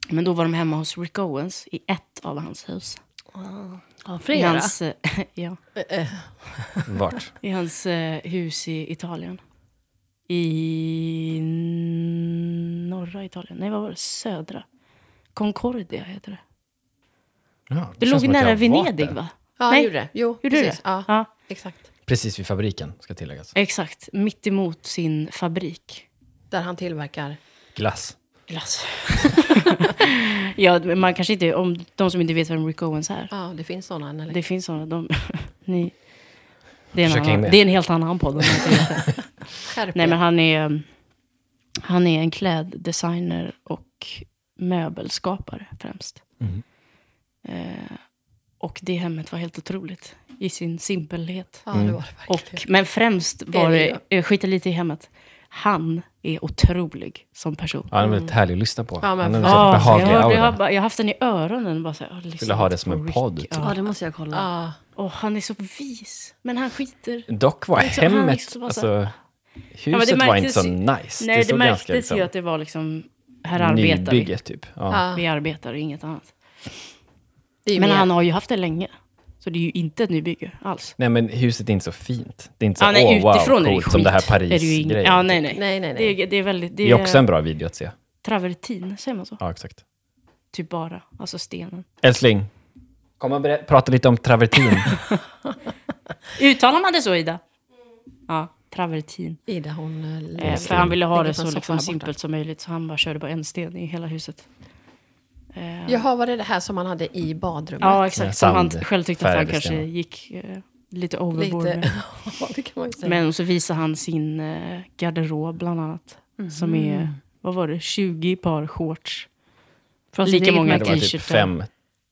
Speaker 2: men då var de hemma hos Rick Owens i ett av hans hus.
Speaker 4: Ja,
Speaker 2: I
Speaker 4: flera.
Speaker 2: hans, [laughs] eh, ja, [laughs]
Speaker 3: vart?
Speaker 2: I hans eh, hus i Italien. I norra Italien. Nej, vad var det? Södra. Concordia heter det.
Speaker 3: Ja,
Speaker 2: Det,
Speaker 3: känns
Speaker 2: låg
Speaker 3: som att jag
Speaker 2: nära
Speaker 3: har varit
Speaker 2: Venedig,
Speaker 3: där.
Speaker 2: va?
Speaker 1: Ja,
Speaker 2: Nej.
Speaker 1: gjorde det. Jo,
Speaker 2: Gjorde du
Speaker 1: precis.
Speaker 2: det?
Speaker 1: Ja,
Speaker 2: Ja,
Speaker 1: exakt.
Speaker 3: Precis vid fabriken, ska tilläggas.
Speaker 2: exakt. Mitt emot sin fabrik.
Speaker 1: Där han tillverkar.
Speaker 3: Glass.
Speaker 2: Glass. [laughs] ja, men man kanske inte... Om de som inte vet vem Rick Owens är.
Speaker 1: Ja, det finns sådana. Eller?
Speaker 2: Det finns sådana. De, [laughs] ni, det, är en
Speaker 3: Försök hänga
Speaker 2: annan,
Speaker 3: med.
Speaker 2: det är en helt annan podd. om jag inte vet det.
Speaker 1: Skärp
Speaker 2: Nej,
Speaker 1: er.
Speaker 2: men han är, han är en kläddesigner och möbelskapare främst.
Speaker 3: Mm.
Speaker 2: Eh, och det hemmet var helt otroligt i sin simpelhet.
Speaker 1: Ja, det var det verkligen.
Speaker 2: Och, men främst var
Speaker 1: det
Speaker 2: det, jag skiter lite i hemmet, han är otrolig som person.
Speaker 3: Ja, han är väldigt härlig att lyssna på.
Speaker 1: Ja, men
Speaker 3: han har en
Speaker 1: fan.
Speaker 3: sån
Speaker 2: Ah, jag, har,
Speaker 3: behaglig
Speaker 2: jag, har,
Speaker 3: aura.
Speaker 2: bara- jag har haft den i öronen. Bara så här, oh,
Speaker 3: Skulle ha det som en podd, typ.
Speaker 2: Ja.
Speaker 4: Ja, det måste jag kolla.
Speaker 1: Ja,
Speaker 2: Och han är så vis, men han skiter.
Speaker 3: Dock var
Speaker 2: Liksom, han
Speaker 3: hemmet,
Speaker 2: liksom bara så
Speaker 3: alltså,
Speaker 2: men det
Speaker 3: huset var inte
Speaker 2: märktes
Speaker 3: så
Speaker 2: ju-
Speaker 3: nice.
Speaker 2: Nej, det,
Speaker 3: såg
Speaker 2: märktes
Speaker 3: ganska, liksom,
Speaker 2: ju att det var liksom, här arbetar vi.
Speaker 3: Nybygge, typ. Ja.
Speaker 1: ja.
Speaker 2: Vi arbetar och inget annat.
Speaker 1: Det är ju
Speaker 2: Men
Speaker 1: mer-
Speaker 2: han har ju haft det länge. Så det är ju inte ett nybygge alls.
Speaker 3: Nej, men huset är inte så fint. Det är inte så,
Speaker 2: Ja, nej,
Speaker 3: åh, wow,
Speaker 2: utifrån är det
Speaker 3: coolt, som det här
Speaker 2: skit. Det är ju ing-
Speaker 3: Paris-grejen.
Speaker 2: Ja, nej, nej.
Speaker 1: Nej, nej, nej.
Speaker 2: Det, är, det är väldigt...
Speaker 3: Det
Speaker 2: Det
Speaker 3: är
Speaker 2: är,
Speaker 3: också en bra video att se.
Speaker 2: travertin, säger man så?
Speaker 3: Ja, exakt.
Speaker 2: Typ bara, alltså stenen.
Speaker 3: Älskling, kom och berä- prata lite
Speaker 2: [laughs]
Speaker 3: om travertin.
Speaker 2: Uttalar man det så, Ida? Ja, travertin.
Speaker 1: Ida, hon... eh,
Speaker 2: Eh,
Speaker 1: lever.
Speaker 2: för han ville ha
Speaker 1: Ligger
Speaker 2: det
Speaker 1: på en
Speaker 2: så
Speaker 1: soffa
Speaker 2: liksom
Speaker 1: här borta.
Speaker 2: simpelt som möjligt, så han bara körde på en sten i hela huset. Eh,
Speaker 1: Jaha, var det det här som han hade i badrummet?
Speaker 2: ja, exakt. Som han
Speaker 3: Sand,
Speaker 2: själv tyckte att han
Speaker 3: färgade
Speaker 2: kanske
Speaker 3: stenar.
Speaker 2: gick eh, lite overboard
Speaker 1: Lite...
Speaker 2: med.
Speaker 1: [laughs] Ja, det kan man ju säga.
Speaker 2: Men så visar han sin eh, garderob bland annat.
Speaker 1: Mhm.
Speaker 2: Som är, vad var det, 20 par shorts.
Speaker 4: Från sitt
Speaker 2: lika
Speaker 4: eget
Speaker 2: många
Speaker 3: det var
Speaker 4: märke.
Speaker 2: t-shirtar.
Speaker 3: typ fem,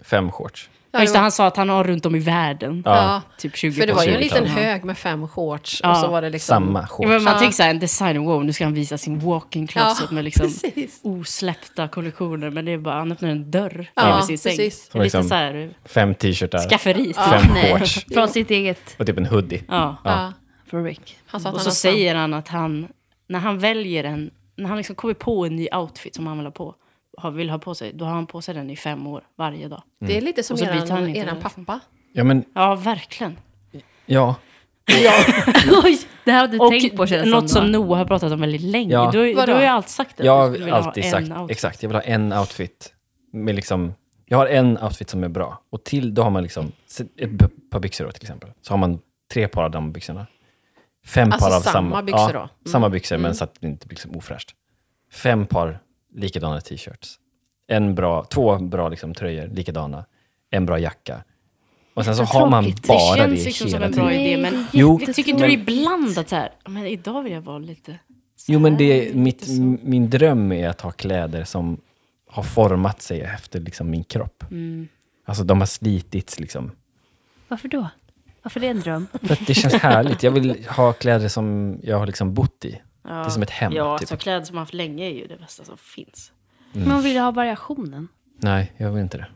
Speaker 3: fem shorts.
Speaker 1: Ja,
Speaker 2: Ja, just
Speaker 1: det
Speaker 2: det,
Speaker 1: var-
Speaker 2: han sa att han har runt om i världen.
Speaker 1: Ja,
Speaker 2: Typ 20
Speaker 1: för det var ju en liten
Speaker 2: shorts.
Speaker 1: hög med fem shorts. Och
Speaker 2: Ja.
Speaker 1: så var det liksom...
Speaker 3: Samma
Speaker 2: Ja,
Speaker 3: shorts.
Speaker 2: men man
Speaker 1: Ja.
Speaker 2: tänker så här, en designer, wow, nu ska han visa sin walk-in closet med liksom
Speaker 1: precis.
Speaker 2: osläppta kollektioner. Men det är bara, han öppnar en dörr
Speaker 1: Ja,
Speaker 2: bredvid sin säng.
Speaker 1: precis.
Speaker 2: Det är lite
Speaker 3: Liksom-
Speaker 2: så här,
Speaker 3: Fem t-shirtar,
Speaker 2: skafferi. typ.
Speaker 3: fem
Speaker 4: Nej.
Speaker 3: shorts
Speaker 4: Från sitt eget...
Speaker 3: och typ en hoodie.
Speaker 2: Ja.
Speaker 1: Ja.
Speaker 4: Från Rick.
Speaker 1: Han sa Alltså att
Speaker 2: Och
Speaker 1: han
Speaker 2: så
Speaker 1: har sam-
Speaker 2: säger han att han, när han väljer en, när han liksom kommer på en ny outfit som han vill ha på, har- vill ha på sig, då har han på sig den i fem år, varje dag.
Speaker 1: Det är lite som
Speaker 2: Och så byter han
Speaker 1: eran,
Speaker 2: inte
Speaker 1: eran
Speaker 2: det,
Speaker 1: pappa.
Speaker 3: Ja, men
Speaker 2: Ja, verkligen.
Speaker 3: ja.
Speaker 4: [laughs] Oj, det här har du tänkt på känns
Speaker 2: Mm. något som
Speaker 4: va?
Speaker 2: Noah har pratat om väldigt länge.
Speaker 3: Ja.
Speaker 2: Du, har ju-
Speaker 1: Vadå?
Speaker 2: du har ju alltid sagt det.
Speaker 3: Jag
Speaker 2: du
Speaker 3: har
Speaker 2: vill ha
Speaker 3: alltid
Speaker 2: en
Speaker 3: sagt,
Speaker 2: outfit.
Speaker 3: exakt, jag vill ha en outfit. Med liksom, jag har en outfit som är bra. Och till, då har man liksom, se- ett b- par byxor då, till exempel. Så har man tre par av de byxorna. Fem
Speaker 1: Alltså
Speaker 3: par av
Speaker 1: samma
Speaker 3: samma.
Speaker 1: byxor
Speaker 3: ja,
Speaker 1: då? Mm.
Speaker 3: Samma byxor, men så att det inte blir liksom ofräscht. Fem par likadana t-shirts. En bra, två bra liksom, tröjor, likadana. En bra jacka. Och sen så har man
Speaker 4: Jättetråkigt. Det
Speaker 3: bara det,
Speaker 2: det känns liksom som
Speaker 3: hela
Speaker 2: en bra
Speaker 3: tiden.
Speaker 2: idé.
Speaker 4: Nej,
Speaker 2: Men
Speaker 4: det
Speaker 3: Jo.
Speaker 2: jag tycker inte du ibland att så här, men idag vill jag vara lite... så
Speaker 3: Jo, men
Speaker 2: här,
Speaker 3: det är
Speaker 2: lite
Speaker 3: mitt,
Speaker 2: så.
Speaker 3: m- min dröm är att ha kläder som har format sig efter liksom min kropp. Alltså de har slitits liksom.
Speaker 4: Varför då? Varför är det en dröm?
Speaker 3: För att det känns härligt. Jag vill ha kläder som jag har liksom bott i. Det är som ett hem.
Speaker 2: Ja,
Speaker 3: typ.
Speaker 2: alltså kläder som man haft länge är ju det bästa som finns.
Speaker 3: Mm.
Speaker 4: Man vill ha variationen.
Speaker 3: Nej, jag vill inte det.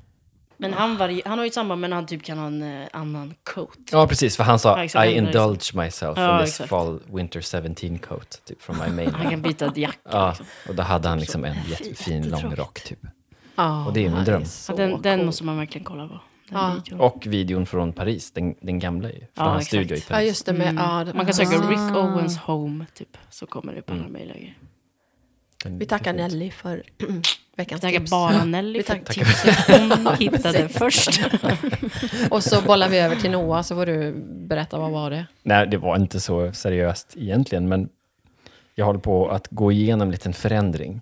Speaker 2: Men han, var, han har ju samma, men han typ kan ha en eh, annan coat.
Speaker 3: Ja, precis. För han sa
Speaker 2: Ja, exakt,
Speaker 3: I
Speaker 2: ändra liksom."
Speaker 3: indulge myself
Speaker 2: Ja,
Speaker 3: in this
Speaker 2: exakt.
Speaker 3: fall winter 17 coat. Typ från my main.
Speaker 2: Han kan byta jacka.
Speaker 3: ja, och då hade han liksom en jättefin lång rock typ.
Speaker 1: Ja,
Speaker 3: Och det är min dröm.
Speaker 1: så
Speaker 2: Ja, den, den
Speaker 1: cool.
Speaker 2: måste man verkligen kolla på. Den
Speaker 1: Ja.
Speaker 2: videon.
Speaker 3: Och videon från Paris, den, den gamla ju. Från
Speaker 2: Ja,
Speaker 3: hans
Speaker 2: exakt.
Speaker 3: studio i
Speaker 1: Ja,
Speaker 3: Paris.
Speaker 1: just det. Med, ja, det
Speaker 2: Mm. Man kan söka Rick Owens Home, typ. Så kommer det upp
Speaker 3: Mm.
Speaker 2: alla möjliga grejer.
Speaker 3: Den-
Speaker 1: Vi tackar Nelly för [clears throat] veckans
Speaker 2: Jag tackar
Speaker 1: tips.
Speaker 2: bara Nelly
Speaker 1: Vi
Speaker 2: för
Speaker 1: tackar.
Speaker 2: tipset. [laughs] Hon hittade
Speaker 1: Precis.
Speaker 2: först.
Speaker 1: Och så bollar vi över till Noah, så får du berätta vad var det.
Speaker 3: Nej, det var inte så seriöst egentligen, men jag håller på att gå igenom en liten förändring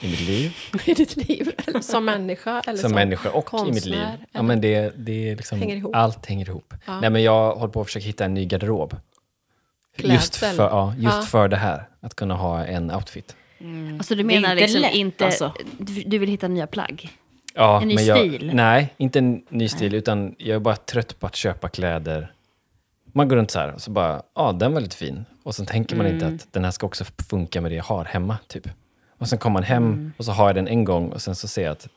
Speaker 3: i mitt liv,
Speaker 1: I ditt liv? Eller som människa? Eller
Speaker 3: som människa och i mitt
Speaker 1: konstnär,
Speaker 3: liv.
Speaker 1: eller?
Speaker 3: Ja, men det, det är liksom,
Speaker 1: Hänger ihop.
Speaker 3: Allt hänger ihop. Nej, men jag håller på att försöka hitta en ny garderob. Just,
Speaker 1: Klädsel.
Speaker 3: för, ja, just
Speaker 1: Ja.
Speaker 3: för det här, att kunna ha en outfit.
Speaker 4: Alltså du
Speaker 2: Mm. Det är
Speaker 4: menar
Speaker 2: inte
Speaker 4: liksom
Speaker 2: lätt,
Speaker 4: inte...
Speaker 2: alltså.
Speaker 4: Du du vill hitta nya plagg?
Speaker 3: Ja,
Speaker 4: En ny
Speaker 3: men jag,
Speaker 4: stil?
Speaker 3: Nej, inte en ny stil, utan jag är bara trött på att köpa kläder. Man går runt så här och så bara, ja, ah, den var lite fin. Och sen tänker man inte att den här ska också funka med det jag har hemma, typ. Och sen kommer man hem och så har jag den en gång och sen så ser jag att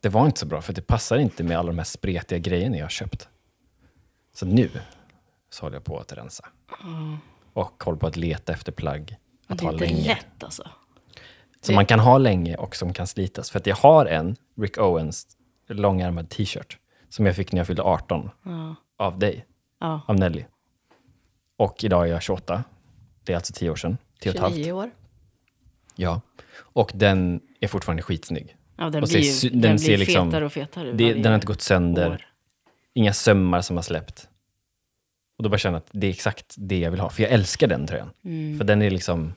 Speaker 3: det var inte så bra, för det passar inte med alla de här spretiga grejerna jag har köpt. Så nu så håller jag på att rensa. Och håller på att leta efter plagg att
Speaker 2: Det är
Speaker 3: ha
Speaker 2: inte
Speaker 3: länge.
Speaker 2: lätt alltså.
Speaker 3: Som man kan ha länge och som kan slitas. För att jag har en Rick Owens långärmad t-shirt som jag fick när jag fyllde 18
Speaker 2: Ja.
Speaker 3: av dig,
Speaker 2: Ja.
Speaker 3: av Nelly. Och idag är jag 28. Det är alltså 10 år sedan. 10 och ett halvt.
Speaker 1: 29 år.
Speaker 3: Ja. Och den är fortfarande skitsnygg.
Speaker 2: Ja, den blir,
Speaker 3: Och ser
Speaker 2: ju,
Speaker 3: sy-
Speaker 2: den
Speaker 3: den
Speaker 2: blir
Speaker 3: ser liksom-
Speaker 2: fetare och fetare.
Speaker 3: Det,
Speaker 2: varje
Speaker 3: den har inte gått sönder.
Speaker 2: år.
Speaker 3: Inga sömmar som har släppt. Och då bara känner jag att det är exakt det jag vill ha. För jag älskar den tröjan. För den är liksom...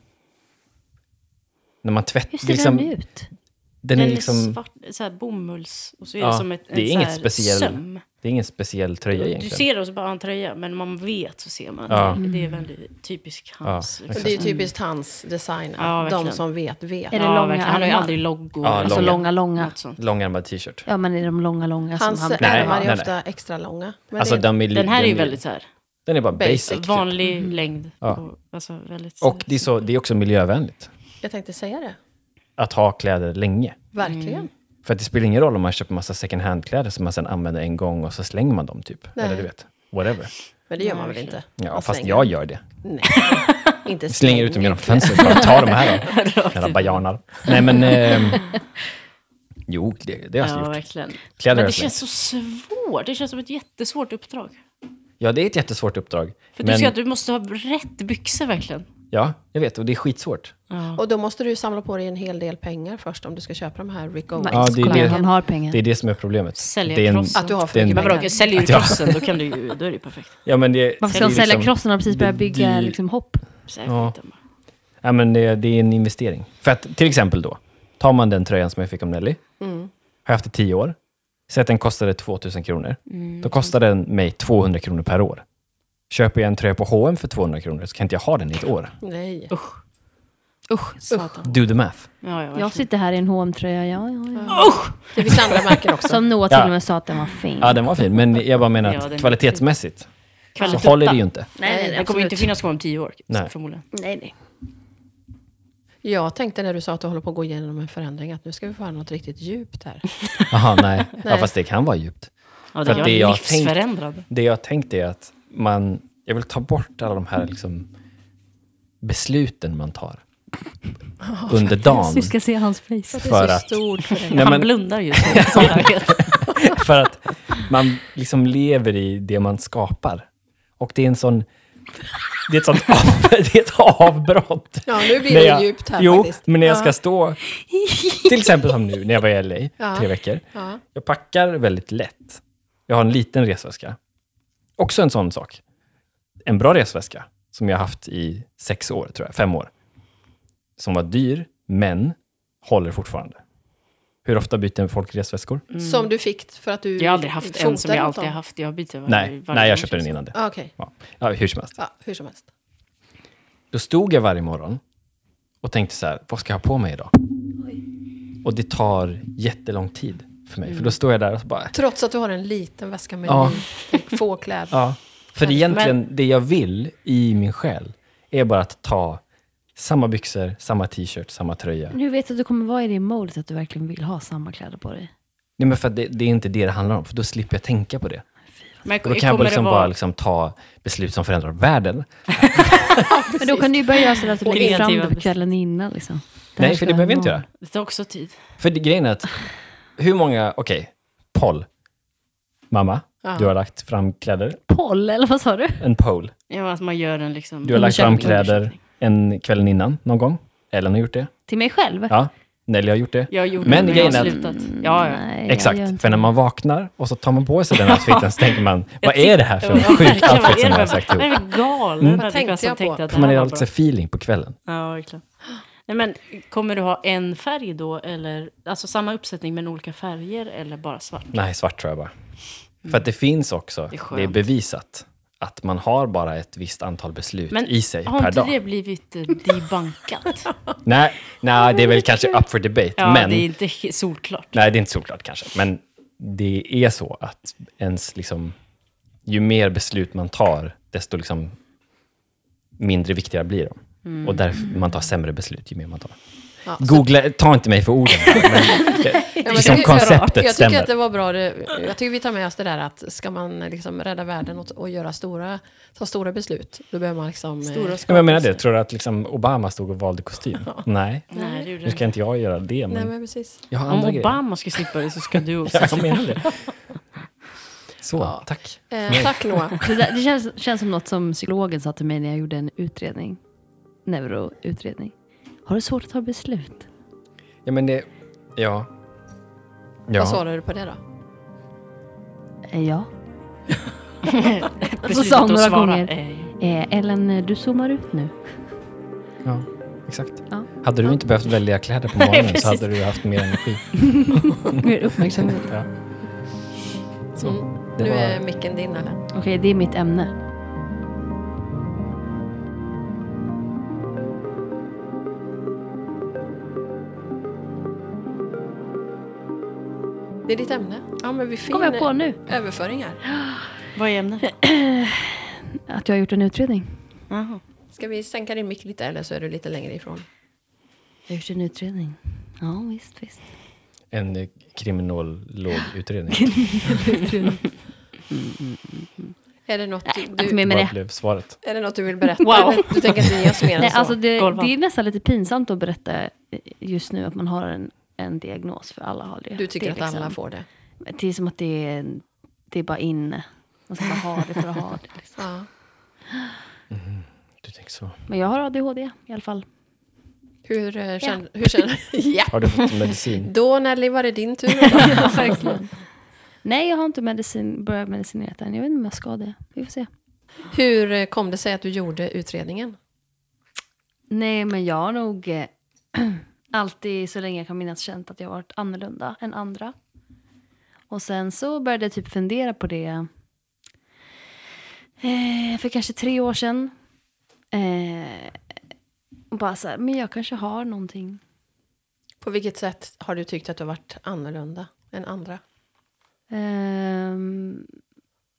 Speaker 3: När man tvättar...
Speaker 4: Hur ser
Speaker 3: liksom,
Speaker 4: den ut?
Speaker 3: Den
Speaker 2: Den
Speaker 3: är
Speaker 2: är
Speaker 3: liksom...
Speaker 2: svart, så här bomulls. Och så är det
Speaker 3: Ja,
Speaker 2: som ett, en
Speaker 3: det är
Speaker 2: så här
Speaker 3: inget speciell-
Speaker 2: söm.
Speaker 3: Det är ingen speciell tröja
Speaker 2: Du
Speaker 3: egentligen.
Speaker 2: ser det och så bara "Ah, en tröja, men man vet så ser man.
Speaker 3: Ja.
Speaker 2: Det är väldigt typisk hans.
Speaker 1: Och
Speaker 2: liksom.
Speaker 1: det är ju typiskt hans design.
Speaker 2: Ja,
Speaker 1: att de
Speaker 2: verkligen.
Speaker 1: som vet, vet.
Speaker 4: Är det
Speaker 2: Ja,
Speaker 4: långa
Speaker 2: verkligen. Han har ju
Speaker 4: ärmar?
Speaker 2: aldrig loggor.
Speaker 3: Ja,
Speaker 4: Alltså långa,
Speaker 3: långa.
Speaker 4: långa.
Speaker 2: Något sånt.
Speaker 3: Långärmad t-shirt.
Speaker 4: Ja, men är de långa, långa
Speaker 1: Hans eh,
Speaker 4: som han...
Speaker 3: Nej,
Speaker 1: ärmar
Speaker 3: nej,
Speaker 1: är ofta extra långa. Men
Speaker 3: Alltså,
Speaker 1: det,
Speaker 3: den, är,
Speaker 2: Den här är
Speaker 3: den
Speaker 2: ju väldigt så här,
Speaker 3: Den är bara
Speaker 1: Basic,
Speaker 3: basic.
Speaker 1: typ.
Speaker 3: typ.
Speaker 2: vanlig längd.
Speaker 3: Ja.
Speaker 2: Och, alltså, väldigt,
Speaker 3: Och det är, så, det är också miljövänligt.
Speaker 1: jag tänkte säga det.
Speaker 3: Att ha kläder länge.
Speaker 1: Verkligen.
Speaker 3: För att det spelar ingen roll om man köper massa second hand-kläder som man sen använder en gång och så slänger man dem typ.
Speaker 1: Nej.
Speaker 3: Eller du vet, whatever.
Speaker 1: Men det gör man väl inte?
Speaker 3: Ja,
Speaker 1: Man
Speaker 3: fast
Speaker 1: slänger.
Speaker 3: jag gör det.
Speaker 1: inte
Speaker 3: Slänger ut dem genom fönstret. Bara ta de här då. Jävla bajanar. Nej men... ehm, jo, det, det har jag
Speaker 2: Ja,
Speaker 3: gjort.
Speaker 2: verkligen. men
Speaker 3: Kläder har
Speaker 2: det
Speaker 3: jag
Speaker 2: känns
Speaker 3: slängt.
Speaker 2: så svårt. Det känns som ett jättesvårt uppdrag.
Speaker 3: Ja, det är ett jättesvårt uppdrag.
Speaker 2: För du
Speaker 3: men,
Speaker 2: ser att du måste ha rätt byxor verkligen.
Speaker 3: Ja, jag vet. Och det är skitsvårt.
Speaker 1: Och då måste du samla på dig en hel del pengar först om du ska köpa de här Rick Owens.
Speaker 4: Ja,
Speaker 3: det är
Speaker 4: Kolla,
Speaker 3: det-
Speaker 4: han har pengar.
Speaker 3: Det är det som är problemet.
Speaker 2: Sälja
Speaker 3: det är
Speaker 2: krossen.
Speaker 1: Att du har för
Speaker 3: det är en-
Speaker 1: mycket
Speaker 2: Men
Speaker 1: pengar.
Speaker 2: vadå, okej, säljer du krossen då kan du ju, då är det ju perfekt.
Speaker 3: Ja, men det,
Speaker 4: Varför ska de
Speaker 3: det är
Speaker 4: sälja
Speaker 3: liksom-
Speaker 4: krossen när de precis börjar
Speaker 3: det-
Speaker 4: bygga
Speaker 3: det-
Speaker 4: liksom, hopp?
Speaker 2: Sälj
Speaker 3: Ja.
Speaker 2: skiten bara.
Speaker 3: Ja, men det, det är en investering. För att till exempel då, tar man den tröjan som jag fick av Nelly, har jag haft i tio år, säg att den kostade 2000 kronor, då kostar den mig 200 kronor per år. Köper jag en tröja på H&M för 200 kronor så kan inte jag ha den i ett år.
Speaker 1: Nej.
Speaker 2: Usch.
Speaker 4: Usch,
Speaker 2: Satan.
Speaker 3: Do the math.
Speaker 2: Ja, ja,
Speaker 4: Jag
Speaker 2: verkligen.
Speaker 4: sitter här i en hm tröja ja, ja, ja.
Speaker 1: Det finns andra märken [laughs] också.
Speaker 4: Som Noah till
Speaker 3: Ja.
Speaker 4: och med sa att den var fin.
Speaker 3: Ja, den var fin, men jag bara menar
Speaker 2: Ja,
Speaker 3: att
Speaker 2: den är
Speaker 3: kvalitetsmässigt så
Speaker 2: Kvalitet.
Speaker 3: håller det ju inte.
Speaker 1: nej,
Speaker 2: Den kommer ju inte
Speaker 4: absolut.
Speaker 2: finnas kvar om tio år,
Speaker 3: Nej.
Speaker 2: förmodligen.
Speaker 4: Nej, nej.
Speaker 1: Jag tänkte när du sa att du håller på att gå igenom en förändring att nu ska vi få höra något riktigt djupt här.
Speaker 3: Jaha, nej. Ja, fast det kan vara djupt.
Speaker 2: Ja,
Speaker 3: För
Speaker 2: den
Speaker 3: att
Speaker 2: är
Speaker 3: det jag har tänkt-
Speaker 2: livsförändrad.
Speaker 3: Det jag har tänkt är att man, jag vill ta bort alla de här liksom, besluten man tar under dagen.
Speaker 4: Vi ska se hans face.
Speaker 1: Det är
Speaker 3: För
Speaker 1: så
Speaker 3: att-
Speaker 1: stort för dig.
Speaker 3: Nej,
Speaker 2: Han
Speaker 3: men-
Speaker 2: blundar just nu.
Speaker 3: [laughs]
Speaker 2: som jag vet.
Speaker 3: För att man liksom lever i det man skapar. Och det är en sån... Det är ett sånt av, [laughs] det är ett avbrott.
Speaker 1: Ja, nu blir
Speaker 3: När
Speaker 1: det
Speaker 3: jag-
Speaker 1: djupt här
Speaker 3: Jo,
Speaker 1: faktiskt.
Speaker 3: men när jag
Speaker 1: Ja.
Speaker 3: ska stå, till exempel som nu när jag var i LA, tre veckor.
Speaker 1: Ja.
Speaker 3: Jag packar väldigt lätt. Jag har en liten resväska. Också en sån sak. En bra resväska som jag har haft i sex år, tror jag. Fem år. Som var dyr, men håller fortfarande. Hur ofta byter folk resväskor?
Speaker 1: Som du fick för att du
Speaker 2: Mm. Jag har aldrig haft en som
Speaker 1: fotade
Speaker 2: jag
Speaker 1: runt
Speaker 2: alltid
Speaker 1: dem.
Speaker 2: har haft. Jag byter varje,
Speaker 3: Nej,
Speaker 2: varje gång,
Speaker 3: nej, jag köpte
Speaker 2: känns
Speaker 3: den
Speaker 2: det.
Speaker 3: innan det.
Speaker 1: Ah, Okej,
Speaker 3: Ja. Ja, hur som helst.
Speaker 1: ja, hur som helst.
Speaker 3: Då stod jag varje morgon och tänkte så här, vad ska jag ha på mig idag? Och det tar jättelång tid för mig, för
Speaker 2: Mm.
Speaker 3: då står jag där och så bara...
Speaker 1: Trots att du har en liten väska med
Speaker 3: Ja.
Speaker 1: lite få kläder.
Speaker 3: Ja. För egentligen, det jag vill i min själ är bara att ta samma byxor, samma t-shirt, samma tröja.
Speaker 2: Mm.
Speaker 4: Nu vet du att du kommer vara i det modet att du verkligen vill ha samma kläder på dig.
Speaker 3: Nej, men för att det, det är inte det det handlar om, för då slipper jag tänka på det.
Speaker 2: Men
Speaker 3: Och då kan
Speaker 2: kommer
Speaker 3: jag bara,
Speaker 2: det
Speaker 3: liksom
Speaker 2: vara...
Speaker 3: bara liksom ta beslut som förändrar världen.
Speaker 4: Men då kan du ju börja göra sådär att du
Speaker 2: Och
Speaker 4: lägger fram
Speaker 2: kreativa
Speaker 4: det på
Speaker 2: beslut.
Speaker 4: kvällen innan. Liksom. här
Speaker 3: Nej,
Speaker 4: ska
Speaker 3: för det
Speaker 4: jag
Speaker 3: behöver jag
Speaker 4: ha.
Speaker 3: inte göra.
Speaker 2: Det tar också tid.
Speaker 3: För det, grejen är att, hur många, okej, poll. Mamma, du har lagt fram kläder,
Speaker 4: Poll, eller vad sa du?
Speaker 3: en poll.
Speaker 2: Ja, att man gör en liksom...
Speaker 3: Du har lagt fram
Speaker 4: Undersökning.
Speaker 3: kläder en kvällen innan någon gång. Ellen har gjort det.
Speaker 4: Till mig själv?
Speaker 3: Ja, Nelly har gjort det.
Speaker 2: Jag gjorde
Speaker 3: Men
Speaker 2: det, men jag
Speaker 3: grejen
Speaker 2: har
Speaker 3: är att- Mm.
Speaker 2: slutat. Ja, ja. [laughs]
Speaker 4: Nej, jag gör
Speaker 3: Exakt,
Speaker 4: inte
Speaker 3: för när man vaknar och så tar man på sig den outfiten så tänker man, vad är det här för
Speaker 2: Ja,
Speaker 3: en sjuk
Speaker 2: verkligen, vad
Speaker 3: outfit
Speaker 2: är det
Speaker 3: som jag
Speaker 2: för- [laughs]
Speaker 3: har sagt ihop?
Speaker 2: Vad är det för
Speaker 4: Mm.
Speaker 2: galen människa
Speaker 1: tänkte
Speaker 2: som
Speaker 1: jag på?
Speaker 2: tänkte att
Speaker 3: För
Speaker 2: det
Speaker 3: man
Speaker 2: här
Speaker 3: är
Speaker 2: var bra?
Speaker 3: alltid feeling på kvällen.
Speaker 2: Ja, verkligen. Nej, men kommer du ha en färg då, eller alltså samma uppsättning men olika färger, eller bara svart?
Speaker 3: Nej, svart tror jag bara. För att det finns också,
Speaker 2: Mm. Det är
Speaker 3: det är,
Speaker 2: skönt.
Speaker 3: bevisat, att man har bara ett visst antal beslut
Speaker 2: Men
Speaker 3: i sig
Speaker 2: har
Speaker 3: per
Speaker 2: inte
Speaker 3: dag.
Speaker 2: det blivit eh, debunkat?
Speaker 4: [laughs]
Speaker 3: Nej, nej, det är väl kanske up for debate,
Speaker 2: Mm. Ja,
Speaker 3: men...
Speaker 2: det är inte he- solklart.
Speaker 3: Nej, det är inte solklart kanske, men det är så att ens liksom, ju mer beslut man tar, desto liksom mindre viktiga blir de. Och därför man tar sämre beslut ju mer man tar.
Speaker 1: Mm. Ja, så-
Speaker 3: Googla, ta inte mig för orden.
Speaker 1: [laughs]
Speaker 3: men det,
Speaker 1: Ja, men
Speaker 3: liksom
Speaker 1: jag tycker-
Speaker 3: konceptet
Speaker 1: jag tycker
Speaker 3: stämmer.
Speaker 1: att det var bra. Det, jag tycker vi tar med oss det där att ska man liksom rädda världen och, och göra stora, ta stora beslut, då behöver man liksom... eh,
Speaker 2: Stora
Speaker 3: Ja, men jag menar det, tror du att liksom Obama stod och valde kostym? Nej,
Speaker 2: Nej, det gjorde
Speaker 3: nu
Speaker 2: det
Speaker 3: ska inte jag göra det, men
Speaker 1: Nej, men precis.
Speaker 3: jag har
Speaker 2: Om
Speaker 3: andra grejer.
Speaker 2: Obama ska slippa det så ska
Speaker 3: [laughs]
Speaker 2: du också.
Speaker 3: Ja, jag menar det. Så, tack.
Speaker 1: Eh, tack Noah.
Speaker 4: Det, där, det känns, känns som något som psykologen sa till mig när jag gjorde en utredning. Neuroutredning. Har du svårt att ta beslut?
Speaker 3: Ja, men det... Ja.
Speaker 1: Vad
Speaker 3: Ja.
Speaker 1: svarade du på det då?
Speaker 4: Eh,
Speaker 3: [laughs]
Speaker 4: Ja.
Speaker 2: Precis,
Speaker 4: Så sa hon
Speaker 2: att
Speaker 4: några
Speaker 2: svara,
Speaker 4: gånger.
Speaker 2: eh,
Speaker 4: Eh, Ellen, eh, du zoomar ut nu.
Speaker 3: ja, exakt.
Speaker 4: Ja.
Speaker 3: Hade du inte behövt välja kläder
Speaker 4: [laughs]
Speaker 3: på morgonen
Speaker 2: precis.
Speaker 3: så hade du haft mer energi.
Speaker 4: Mer uppmärksamhet.
Speaker 3: Ja. Så,
Speaker 1: Mm.
Speaker 3: det
Speaker 1: Nu
Speaker 3: var...
Speaker 1: är micken din eller?
Speaker 4: Okej, det är mitt ämne.
Speaker 1: Det är ditt ämne. Ja, men vi fin
Speaker 4: Kom jag på nu.
Speaker 1: överföring här.
Speaker 2: Vad är
Speaker 4: [laughs]
Speaker 2: ämnet?
Speaker 4: Att jag har gjort en utredning.
Speaker 2: Jaha.
Speaker 1: Ska vi sänka din mick lite eller så är du lite längre ifrån?
Speaker 4: Jag har gjort en utredning. Ja, visst, visst.
Speaker 3: En eh,
Speaker 4: [laughs]
Speaker 3: kriminologutredning.
Speaker 1: Är det något
Speaker 4: Nej,
Speaker 1: du,
Speaker 4: inte mer med
Speaker 3: Vad
Speaker 4: det.
Speaker 3: blev svaret?
Speaker 1: är det något du vill berätta?
Speaker 2: Wow.
Speaker 1: eller? Du tänker inte ge oss mer än
Speaker 4: Nej,
Speaker 1: så?
Speaker 4: alltså det,
Speaker 2: Golvan.
Speaker 4: det är nästan lite pinsamt att berätta eh, just nu att man har en, en diagnos, för alla har det.
Speaker 1: du tycker
Speaker 4: det är
Speaker 1: att alla
Speaker 4: liksom-
Speaker 1: får det?
Speaker 4: Det är som att det är, en- det är bara inne. Man ska bara ha det för att ha det. Liksom.
Speaker 1: Ja.
Speaker 3: Du tänker så.
Speaker 4: Men jag har ADHD i
Speaker 1: [laughs]
Speaker 4: alla fall. [laughs]
Speaker 1: Hur eh, känner... Hur känner ja.
Speaker 3: Har du fått medicin?
Speaker 1: Då Nelly var det din tur.
Speaker 4: [laughs]
Speaker 1: då.
Speaker 4: Nej, jag har inte medicin, börjat medicinerat än. Jag vet inte om jag ska det. Vi får se.
Speaker 1: Hur eh, kom det sig att du gjorde utredningen?
Speaker 4: Nej, men jag har nog eh, [clears throat] alltid, så länge jag kan minnas, känt att jag varit annorlunda än andra. Och sen så började jag typ fundera på det eh, för kanske tre år sedan. Eh, och bara så här, men jag kanske har någonting.
Speaker 1: På vilket sätt har du tyckt att du har varit annorlunda än andra?
Speaker 4: Ehm,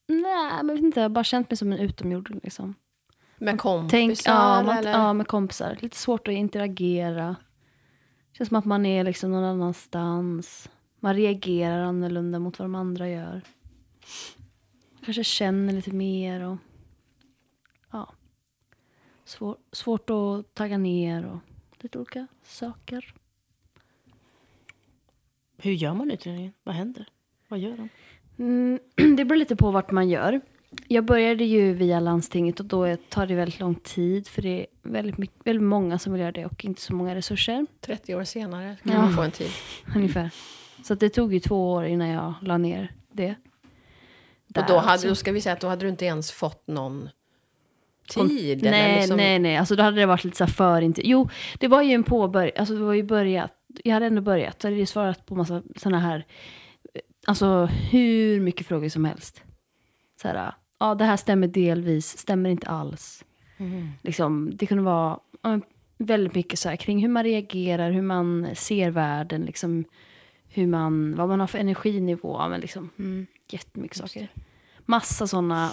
Speaker 4: nej, men jag vet inte. Jag har bara känt mig som en utomjording. Liksom.
Speaker 1: Med kompisar
Speaker 4: Tänk, ja, man,
Speaker 1: eller?
Speaker 4: ja, med kompisar. Lite svårt att interagera. Känns som att man är liksom någon annanstans. Man reagerar annorlunda mot vad de andra gör. Kanske känner lite mer och... Ja. Svår, svårt att tagga ner och lite olika saker.
Speaker 2: Hur gör man utredningen? Vad händer? Vad gör de?
Speaker 4: [clears throat] Mm, det beror lite på vart man gör. Jag började ju via landstinget och då tar det väldigt lång tid för det är väldigt, mycket, väldigt många som vill göra det och inte så många resurser
Speaker 1: 30 år senare kan man få en tid.
Speaker 4: ungefär. Så att det tog ju två år innan jag la ner det.
Speaker 1: Och då, hade,
Speaker 4: alltså.
Speaker 1: då ska vi säga att då hade du inte ens fått någon tid. eller
Speaker 4: typ- Nej,
Speaker 1: liksom,
Speaker 4: nej, nej. Alltså då hade det varit lite så här för inte. Jo, det var ju en påbörj... Alltså det var ju börjat. Jag hade ändå börjat. Så hade jag svarat på massa sådana här... eh, Alltså hur mycket frågor som helst. Så här, ja det här stämmer delvis, stämmer inte alls.
Speaker 2: Mm-hmm.
Speaker 4: Liksom, det kunde vara ja, men väldigt mycket så här kring hur man reagerar, hur man ser världen, liksom hur man, vad man har för energinivå. ja, Men liksom, Jättemycket saker. Massa sådana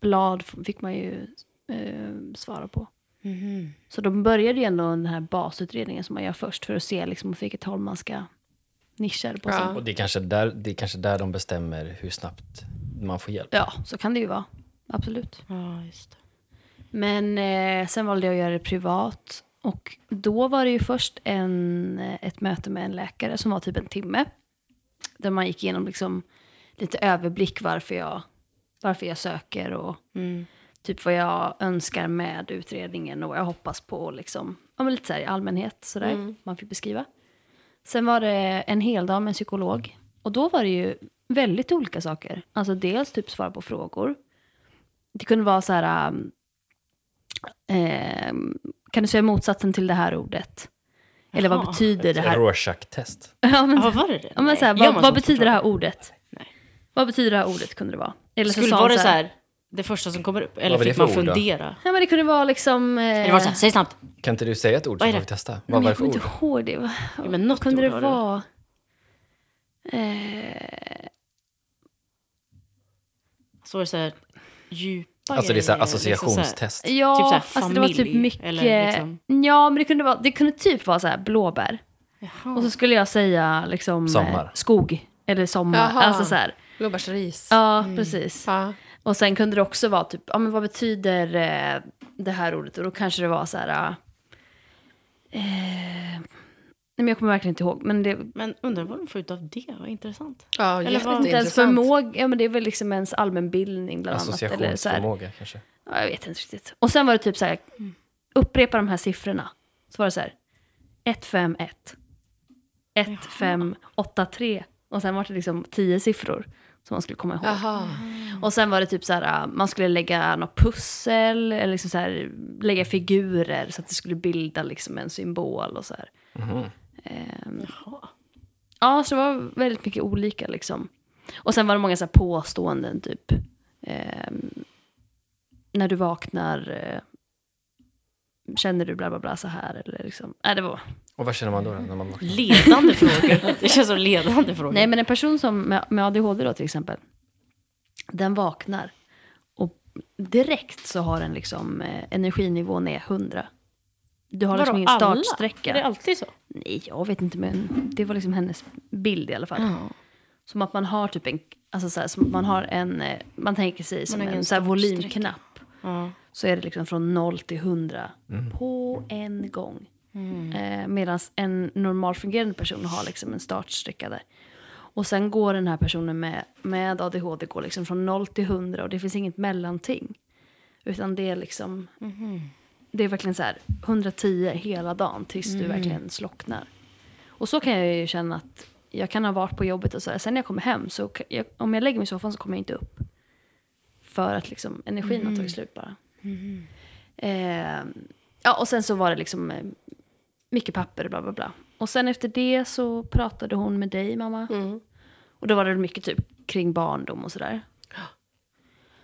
Speaker 4: blad f- fick man ju eh, svara på.
Speaker 2: Mm-hmm.
Speaker 4: Så de började ju ändå den här basutredningen som man gör först för att se liksom, åt vilket håll man ska nischa det på.
Speaker 1: Ja.
Speaker 4: Ja.
Speaker 3: Och det är, kanske där, det är kanske där de bestämmer hur snabbt man får hjälp.
Speaker 4: ja, så kan det ju vara. Absolut.
Speaker 2: Ja, just det.
Speaker 4: Men eh, sen valde jag att göra det privat. Och då var det ju först en, eh, ett möte med en läkare som var typ en timme. Där man gick igenom liksom lite överblick varför jag, varför jag söker och typ vad jag önskar med utredningen och vad jag hoppas på. Liksom. Ja, men lite så här i allmänhet, sådär,
Speaker 2: Mm.
Speaker 4: man fick beskriva. Sen var det en hel dag med en psykolog. Och då var det ju väldigt olika saker. Alltså dels typ svara på frågor. Det kunde vara så här... um, ehm, kan du säga motsatsen till det här ordet? Eller vad
Speaker 2: Jaha.
Speaker 4: betyder det
Speaker 3: Ett
Speaker 4: här?
Speaker 3: Rorschach-test.
Speaker 4: [laughs] Ja, men,
Speaker 2: Ja, var det det?
Speaker 4: ja, men
Speaker 2: Nej.
Speaker 4: så här,
Speaker 2: Gör
Speaker 4: vad,
Speaker 2: man
Speaker 4: vad
Speaker 2: sånt
Speaker 4: betyder det här
Speaker 2: fortfarande?
Speaker 4: ordet?
Speaker 2: Nej.
Speaker 4: Vad betyder det här ordet kunde det vara? Eller
Speaker 2: Skulle
Speaker 4: sa
Speaker 2: vara
Speaker 4: han
Speaker 2: det så här, det första som kommer upp? Eller
Speaker 3: var det
Speaker 2: fick
Speaker 3: för
Speaker 2: man
Speaker 3: ord då?
Speaker 2: fundera?
Speaker 4: Ja, men det kunde vara liksom... eh,
Speaker 2: Eller var det så här, säg snabbt.
Speaker 3: Kan inte du säga ett ord
Speaker 2: Vad
Speaker 3: så
Speaker 2: är
Speaker 3: får
Speaker 2: det?
Speaker 3: vi testa?
Speaker 4: Men
Speaker 3: Vad var det
Speaker 4: jag
Speaker 3: för
Speaker 4: kommer
Speaker 3: ord?
Speaker 4: inte ihåg det. Vad
Speaker 2: Ja, men något
Speaker 4: kunde det
Speaker 2: ord var det.
Speaker 4: vara? Eh,
Speaker 2: Så var det så här, djupa
Speaker 3: Alltså det är så här
Speaker 2: grejer, liksom så här.
Speaker 3: associationstest.
Speaker 4: ja,
Speaker 2: Typ så här
Speaker 4: alltså det var typ
Speaker 2: familj,
Speaker 4: mycket...
Speaker 2: eller liksom-
Speaker 4: Ja, men det kunde, vara, det kunde typ vara så här blåbär.
Speaker 2: Jaha.
Speaker 4: Och så skulle jag säga liksom... eh,
Speaker 3: Sommar.
Speaker 4: skog. Eller sommar.
Speaker 1: Jaha.
Speaker 4: Alltså så här.
Speaker 1: Blåbärsris.
Speaker 4: Ja,
Speaker 2: Mm.
Speaker 4: precis.
Speaker 1: Ja.
Speaker 4: Och sen kunde det också vara typ, ja men vad betyder eh, det här ordet? Och då kanske det var så här... Eh, nej men jag kommer verkligen inte ihåg. Men det,
Speaker 2: Men undrar vad de får ut av det, vad intressant.
Speaker 1: Ja,
Speaker 2: Eller vad-
Speaker 4: inte ens
Speaker 1: jätteintressant.
Speaker 4: förmåga, ja men det är väl liksom ens allmänbildning bland annat. Eller så här.
Speaker 3: Associationsförmåga kanske.
Speaker 4: Ja, jag vet inte riktigt. Och sen var det typ så här, upprepa de här siffrorna. Så var det så här, 151, 1583 och sen var det liksom tio siffror som man skulle komma ihåg.
Speaker 1: Jaha.
Speaker 4: Och sen var det typ så här, äh, man skulle lägga något pussel, eller liksom så här, lägga figurer så att det skulle bilda liksom en symbol och så här. Ehm, ja, så det var väldigt mycket olika liksom. Och sen var det många så här påståenden typ. Ehm, när du vaknar, eh, känner du bla bla bla så här eller liksom. Nej, det var...
Speaker 3: Och vad känner man då när man vaknar?
Speaker 2: Ledande
Speaker 4: [laughs]
Speaker 2: frågor. Det känns som ledande frågor.
Speaker 4: Nej, men en person som med, med ADHD då till exempel, den vaknar och direkt så har den liksom eh, energinivån är 100. Du har
Speaker 2: Vadå,
Speaker 4: liksom ingen
Speaker 2: alla?
Speaker 4: startsträcka.
Speaker 2: Är det alltid så?
Speaker 4: Nej, jag vet inte, men det var liksom hennes bild i alla fall. Som att man har typ en, alltså så här, som att man har en, eh, man tänker sig som
Speaker 2: har ingen
Speaker 4: en så här
Speaker 2: startsträcka.
Speaker 4: volymknapp.
Speaker 2: Ja.
Speaker 4: Så är det liksom från 0 till 100 på en gång. Eh, Medan en normalfungerande person har liksom en startsträcka där. Och sen går den här personen med, med ADHD går liksom från 0 till 100 och det finns inget mellanting. Utan det är liksom, det är verkligen så här 110 hela dagen tills du verkligen slocknar. Och så kan jag ju känna att jag kan ha varit på jobbet och så här. Sen när jag kommer hem, så kan jag, om jag lägger mig i soffan så kommer jag inte upp. För att liksom, energin har tagit slut bara. Eh, ja, och sen så var det liksom eh, mycket papper och bla bla bla. Och sen efter det så pratade hon med dig mamma.
Speaker 1: Mm.
Speaker 4: Och då var det mycket typ kring barndom och sådär.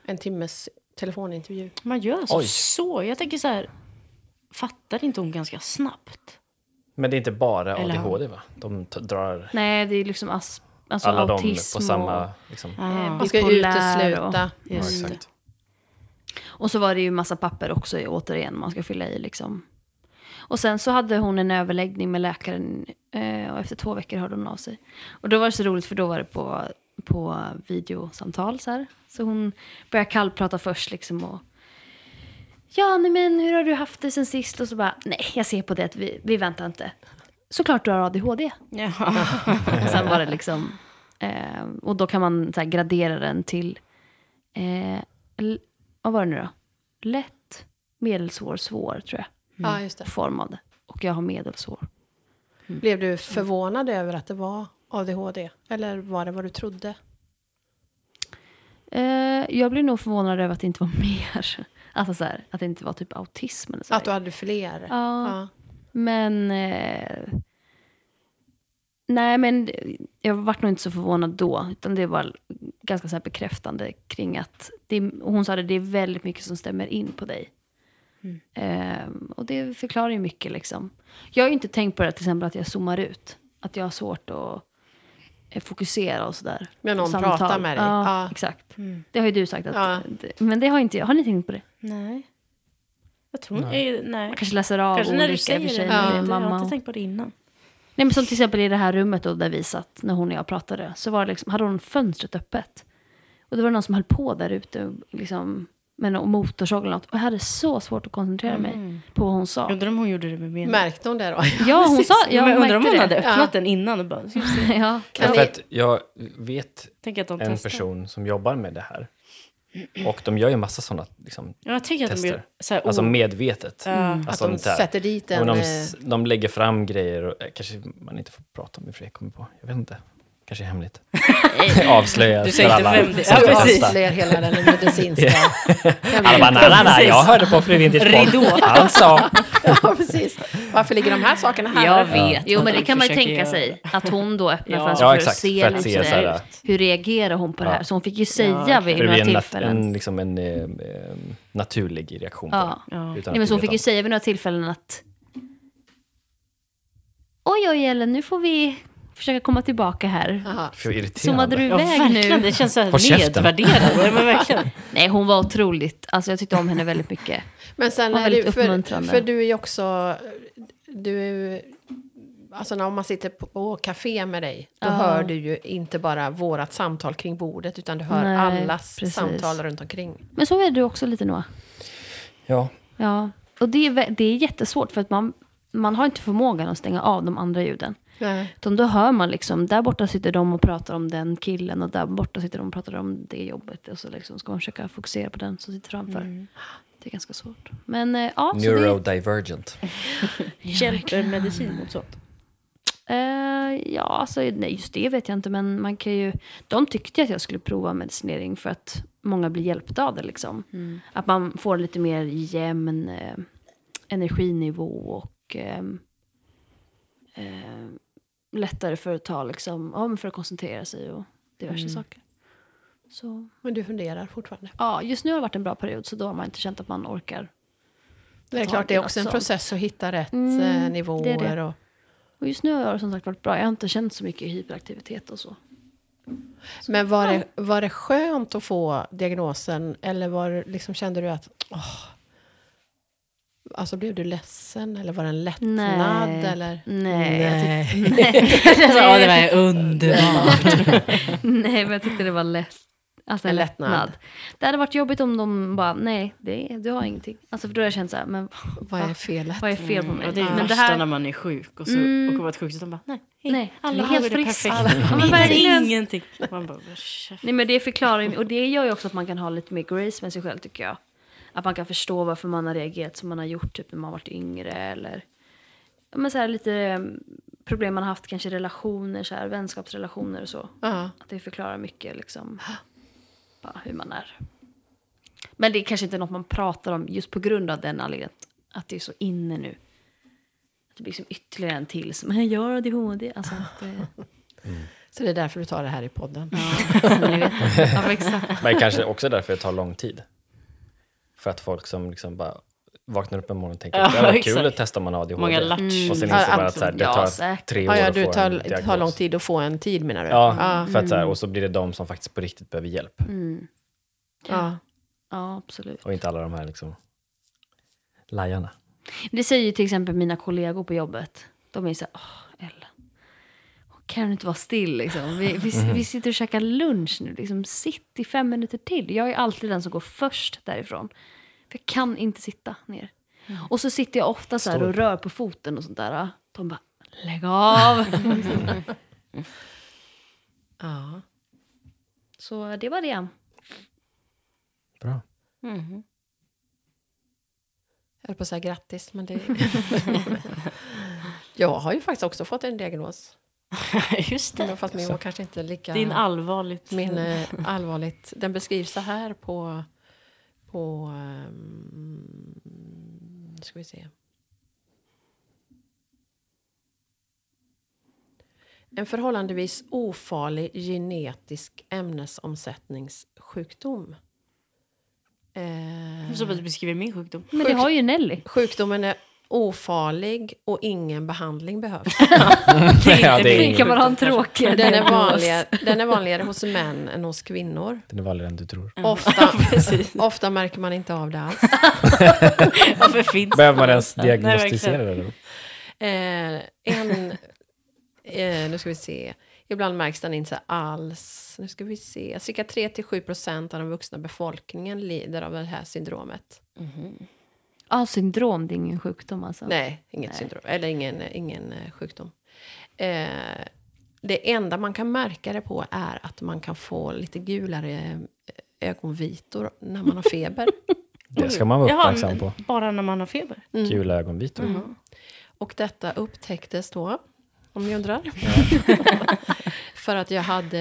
Speaker 1: En timmes telefonintervju.
Speaker 2: Man gör alltså
Speaker 3: Oj.
Speaker 2: så. Jag tänker så här, fattar inte hon ganska snabbt?
Speaker 3: Men det är inte bara
Speaker 2: Eller-
Speaker 3: ADHD va? De t- drar
Speaker 4: Nej, det är liksom as, alltså
Speaker 3: alla dem på
Speaker 4: autism och, eh,
Speaker 3: samma... Liksom.
Speaker 2: Ah.
Speaker 1: Man ska ju
Speaker 4: Bipolär och-
Speaker 1: utesluta.
Speaker 3: Ja,
Speaker 2: Just det.
Speaker 3: exakt.
Speaker 4: Och så var det ju massa papper också i- återigen man ska fylla i liksom. Och sen så hade hon en överläggning med läkaren eh, och efter två veckor hörde hon av sig. Och då var det så roligt för då var det på, på videosamtal så här. Så hon började kallprata först liksom och Ja, nej men hur har du haft det sen sist? Och så bara, nej jag ser på det att vi, vi väntar inte. Såklart du har ADHD.
Speaker 2: Ja.
Speaker 4: Och sen var det liksom, eh, och då kan man så här, gradera den till eh, l- vad var det nu då? Lätt, medelsvår, svår tror jag.
Speaker 1: Ja, just det.
Speaker 4: Form av det. Och jag har medelsvår.
Speaker 1: Blev du förvånad över att det var ADHD? Eller var det vad du trodde?
Speaker 4: Eh, jag blev nog förvånad över att det inte var [laughs] mer. Alltså så här, att det inte var typ autism eller så.
Speaker 1: Att du hade fler?
Speaker 4: Ja. Men... Eh, nej, men jag vart nog inte så förvånad då. Utan det var ganska så här bekräftande kring att... Det, hon sa det, det är väldigt mycket som stämmer in på dig.
Speaker 1: Mm.
Speaker 4: Eh, och det förklarar ju mycket liksom. Jag har ju inte tänkt på det till exempel att jag zoomar ut. Att jag har svårt att eh, fokusera och sådär.
Speaker 1: När någon
Speaker 4: Samtal.
Speaker 1: pratar med dig.
Speaker 4: Ja,
Speaker 1: Ja.
Speaker 4: exakt.
Speaker 2: Mm.
Speaker 4: Det har ju du sagt. Att,
Speaker 1: Ja.
Speaker 4: Men det har inte jag. Har ni tänkt på det?
Speaker 2: Nej. Jag tror nej. nej.
Speaker 4: Man kanske läser av
Speaker 2: Kanske när du
Speaker 4: olika i och
Speaker 2: säger
Speaker 4: för sig.
Speaker 2: det.
Speaker 4: när
Speaker 2: men
Speaker 4: det är
Speaker 2: inte- Jag
Speaker 4: mamma
Speaker 2: har
Speaker 4: och-
Speaker 2: inte tänkt på det innan.
Speaker 4: Nej, men som till exempel i det här rummet då, där vi satt när hon och jag pratade. Så var det liksom, hade hon fönstret öppet. Och det var någon som höll på där ute och liksom, med någon motorsåg eller något. Och jag hade så svårt att koncentrera
Speaker 2: Mm.
Speaker 4: mig på vad hon sa.
Speaker 2: Undrar om hon gjorde det med mening.
Speaker 1: Märkte hon det då?
Speaker 4: Ja, hon sa...
Speaker 2: Ja,
Speaker 4: Jag
Speaker 2: men undrar om hon
Speaker 4: märkte
Speaker 2: hade
Speaker 4: det.
Speaker 2: öppnat den innan och bara... Ska vi se.
Speaker 4: [laughs] Ja,
Speaker 1: Kan
Speaker 3: För
Speaker 1: ni,
Speaker 3: att jag vet
Speaker 2: Tänk att de
Speaker 3: en
Speaker 2: testar.
Speaker 3: person som jobbar med det här. Och de gör ju massa sådana liksom,
Speaker 2: Ja, jag tänker att de
Speaker 3: tester.
Speaker 2: blir så här,
Speaker 3: Alltså
Speaker 2: o-
Speaker 3: medvetet.
Speaker 1: att
Speaker 3: Alltså
Speaker 1: de
Speaker 3: inte här.
Speaker 1: sätter dit
Speaker 3: Men
Speaker 1: en...
Speaker 3: de,
Speaker 1: eh,
Speaker 3: s- de lägger fram grejer, och, eh, kanske man inte får prata om i och för sig, jag kommer på. Jag vet inte. Kanske är hemligt. Avslöjar
Speaker 2: Du säger
Speaker 3: för
Speaker 2: inte
Speaker 3: alla
Speaker 2: vem det är.
Speaker 1: [laughs]
Speaker 3: som
Speaker 2: Ja,
Speaker 3: ska
Speaker 2: precis.
Speaker 3: testa.
Speaker 1: avslöjar hela den medicinska...
Speaker 3: Alla bara, nej, nej, nej, jag hörde på Fru Winters podd. Han sa,
Speaker 1: [laughs] ja, precis. Varför ligger de här sakerna här?
Speaker 2: Jag vet.
Speaker 4: Jo,
Speaker 2: att
Speaker 4: men
Speaker 2: de
Speaker 4: det kan man ju
Speaker 2: försöker
Speaker 4: tänka
Speaker 2: göra det.
Speaker 4: sig. Att hon då öppnar
Speaker 2: Ja.
Speaker 4: fönstret
Speaker 3: Ja,
Speaker 4: för att
Speaker 3: exakt,
Speaker 4: se
Speaker 3: för att se
Speaker 4: lite
Speaker 3: så här,
Speaker 4: hur reagerar hon på det här. Så hon fick ju säga
Speaker 2: Ja,
Speaker 4: vid
Speaker 3: det
Speaker 4: några
Speaker 3: blir en, nat-
Speaker 4: tillfällen.
Speaker 3: en, liksom en eh, eh, naturlig reaktion
Speaker 4: Ja.
Speaker 3: på det.
Speaker 2: Ja.
Speaker 3: Utan
Speaker 4: Nej, men
Speaker 3: att
Speaker 4: så hon
Speaker 3: vi
Speaker 4: fick ju
Speaker 3: vet
Speaker 4: säga vid några tillfällen att Oj, oj, Ellen, nu får vi försöka komma tillbaka här.
Speaker 1: Jaha.
Speaker 3: om. För irriterande.
Speaker 4: Zoomade du
Speaker 2: Ja,
Speaker 4: iväg
Speaker 2: verkligen.
Speaker 4: nu?
Speaker 2: Det känns så
Speaker 3: Håll
Speaker 2: här
Speaker 3: käften.
Speaker 2: nedvärderande. Ja, men verkligen.
Speaker 4: Nej, hon var otroligt. Alltså, jag tyckte om henne väldigt mycket.
Speaker 1: Men sen
Speaker 4: Och
Speaker 1: är det,
Speaker 4: väldigt
Speaker 1: för,
Speaker 4: uppmuntrande.
Speaker 1: för du är ju också... Du är, ju- alltså när man sitter på, på café med dig, då
Speaker 4: Ja.
Speaker 1: hör du ju inte bara vårat samtal kring bordet, utan du hör
Speaker 4: Nej,
Speaker 1: allas
Speaker 4: precis.
Speaker 1: samtal runt omkring.
Speaker 4: Men så är du också lite, Noah.
Speaker 3: Ja,
Speaker 4: Ja. Och det är, vä- det är jättesvårt för att man, man har inte förmågan att stänga av de andra ljuden. Utan då hör man liksom, där borta sitter de och pratar om den killen och där borta sitter de och pratar om det jobbet. Och så liksom ska man försöka fokusera på den som sitter framför. Det är ganska svårt. Men eh, ja, så det,
Speaker 3: neurodivergent.
Speaker 2: Hjälper medicin mot sånt?
Speaker 4: Eh, ja, alltså, nej, just det vet jag inte. Men man kan ju, de tyckte att jag skulle prova medicinering för att många blir hjälpta av det. Liksom. Att man får lite mer jämn eh, energinivå och ehm, eh, lättare för att, ta, liksom, ja, men för att koncentrera sig och diverse saker. Så,
Speaker 1: Men du funderar fortfarande.
Speaker 4: ja, just nu har det varit en bra period så då har man inte känt att man orkar.
Speaker 1: Det är
Speaker 4: Ta
Speaker 1: klart, det är
Speaker 4: något
Speaker 1: också en
Speaker 4: sånt.
Speaker 1: process att hitta rätt
Speaker 4: Mm,
Speaker 1: eh,
Speaker 4: det är det.
Speaker 1: nivåer. Och,
Speaker 4: Och just nu har det som sagt varit bra. Jag har inte känt så mycket hyperaktivitet och så.
Speaker 1: men var det, var det skönt att få diagnosen, eller var, liksom, kände du att... Åh, alltså blev du ledsen, eller var det en lättnad?
Speaker 4: Nej.
Speaker 1: Eller?
Speaker 4: Nej, jag
Speaker 1: Nej. [laughs]
Speaker 2: Ja, det
Speaker 4: [laughs]
Speaker 2: var underbart.
Speaker 4: Nej, men jag tyckte det var lätt. Alltså en,
Speaker 1: En lättnad.
Speaker 4: lättnad. Det hade varit jobbigt om de bara, nej, det, du har ingenting. Alltså för då hade jag känt så här, men
Speaker 1: Vad är felet?
Speaker 4: vad är fel på mig?
Speaker 2: Och Mm. det är ju
Speaker 4: men
Speaker 2: värsta när man är sjuk och så åker man till sjukhuset och de bara nej, hej,
Speaker 4: Nej,
Speaker 2: alla
Speaker 4: alla är
Speaker 2: har
Speaker 4: helt
Speaker 2: ju det [laughs]
Speaker 4: friska.
Speaker 2: perfekt.
Speaker 4: Alla- Ja, men
Speaker 2: Minns
Speaker 4: verkligen.
Speaker 2: ingenting. Man bara, "Vad
Speaker 4: [laughs]
Speaker 2: käft."
Speaker 4: Nej men det förklarar ju, och det gör ju också att man kan ha lite mer grace med sig själv tycker jag. Att man kan förstå varför man har reagerat som man har gjort typ när man varit yngre eller ja, men så här, lite eh, problem man har haft kanske i relationer, så här, vänskapsrelationer och så.
Speaker 1: Ja.
Speaker 4: Att det förklarar mycket liksom, bara hur man är. Men det är kanske inte något man pratar om just på grund av den anledningen att- att det är så inne nu. Att det blir liksom ytterligare en till som "Men jag har ADHD. Alltså, att, eh,
Speaker 1: Så det är därför du tar det här i podden.
Speaker 4: ni vet. Ja, exakt.
Speaker 3: Men kanske också därför det tar lång tid. För att folk som liksom bara vaknar upp en morgon och tänker
Speaker 2: Ja,
Speaker 3: att det var kul
Speaker 2: exakt.
Speaker 3: att testa om man har ADHD.
Speaker 2: Många latch.
Speaker 3: Och sen
Speaker 1: Mm. Ja,
Speaker 3: inser man att så här,
Speaker 1: absolut.
Speaker 3: det
Speaker 4: Ja,
Speaker 3: tar
Speaker 4: säkert.
Speaker 3: tre år
Speaker 1: Ja, ja,
Speaker 3: att
Speaker 1: du
Speaker 3: få en
Speaker 1: tar, det
Speaker 3: diagnos.
Speaker 1: tar lång tid att få en tid menar du?
Speaker 3: Ja,
Speaker 1: Ja. Mm.
Speaker 3: För att, så här, och så blir det de som faktiskt på riktigt behöver hjälp.
Speaker 1: ja.
Speaker 4: ja, absolut.
Speaker 3: Och inte alla de här liksom lajarna.
Speaker 4: Det säger ju till exempel mina kollegor på jobbet. De är så här, åh, Ellen. Kan du inte vara still liksom? Vi, vi, vi sitter och käkar lunch nu. Liksom, sitt i fem minuter till. Jag är alltid den som går först därifrån. För jag kan inte sitta ner. Och så sitter jag ofta så här och rör på foten och sånt där. De bara, lägg av!
Speaker 1: Ja.
Speaker 4: så eh, det var det.
Speaker 3: Bra.
Speaker 2: Mhm.
Speaker 1: Jag höll på att säga grattis, men det... [laughs] jag har ju faktiskt också fått en diagnos.
Speaker 2: Just det.
Speaker 1: Men Fast min var kanske inte lika...
Speaker 2: Din allvarligt.
Speaker 1: min eh, allvarligt... Den beskrivs så här på... På... Um, ska vi se. En förhållandevis ofarlig genetisk ämnesomsättningssjukdom. Eh,
Speaker 2: Som att du beskriver min
Speaker 3: [laughs]
Speaker 2: sjukdom.
Speaker 4: Men det har ju Nelly.
Speaker 1: Sjukdomen är ofarlig och ingen behandling behövs.
Speaker 2: Det
Speaker 3: Ja, det är
Speaker 2: min
Speaker 3: ingen-
Speaker 4: Kan man ha en
Speaker 2: sjukdom, kanske.
Speaker 4: tråkig
Speaker 1: Den är,
Speaker 4: diagnos?
Speaker 1: vanligare, den är vanligare hos män än hos kvinnor.
Speaker 3: Den är vanligare än du tror. [laughs]
Speaker 1: Ofta, ofta märker man inte av det alls.
Speaker 2: Varför finns
Speaker 3: Behöver man
Speaker 1: [laughs]
Speaker 3: ens
Speaker 2: Nej, verkligen.
Speaker 3: diagnostisera det? då?
Speaker 1: Eh, en, eh, nu ska vi se. Ibland märks den inte alls. Nu ska vi se. Cirka 3-7 procent av den vuxna befolkningen lider av det här syndromet.
Speaker 4: Ja, syndrom, det är ingen sjukdom alltså.
Speaker 1: Nej, inget syndrom. Eller ingen, ingen eh, sjukdom. Eh, det enda man kan märka det på är att man kan få lite gulare eh, ögonvitor när man har feber.
Speaker 3: Det ska man vara
Speaker 2: Jaha,
Speaker 3: uppmärksam på.
Speaker 1: Mm.
Speaker 2: Bara när man har feber. Mm.
Speaker 3: Gula ögonvitor.
Speaker 1: Och detta upptäcktes då, om ni undrar. [laughs] För att jag hade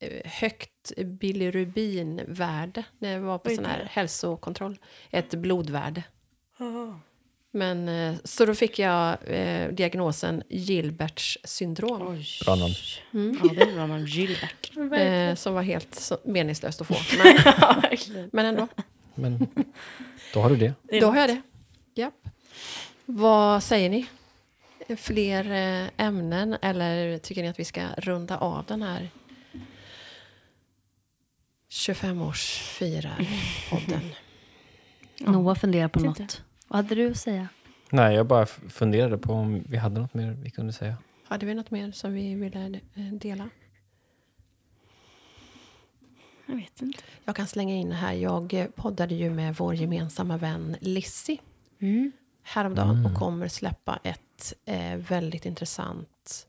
Speaker 1: eh, högt bilirubinvärde när jag var på
Speaker 2: Oj
Speaker 1: sån
Speaker 2: då.
Speaker 1: här hälsokontroll. Ett blodvärde. Men, eh, så då fick jag eh, diagnosen Gilberts syndrom.
Speaker 2: Oj.
Speaker 3: Bra namn.
Speaker 2: Ja, det är bra namn.
Speaker 1: [laughs]
Speaker 2: Gilbert.
Speaker 1: Eh, som var helt så- meningslöst att [laughs] få. Men, men ändå, [laughs]
Speaker 3: Men då har du det.
Speaker 2: Det är
Speaker 1: då har jag det. Japp. Vad säger ni? Fler eh, ämnen eller tycker ni att vi ska runda av den här Mm. 25-årsfirarpodden?
Speaker 4: Noah funderar på
Speaker 2: Titta.
Speaker 4: något. Vad hade du att säga?
Speaker 3: Nej, jag bara f- funderade på om vi hade något mer vi kunde säga.
Speaker 1: Hade vi något mer som vi ville eh, dela?
Speaker 2: Jag vet inte.
Speaker 1: Jag kan slänga in här, jag eh, poddade ju med vår gemensamma vän Lissi Mm. häromdagen och kommer släppa ett eh, väldigt intressant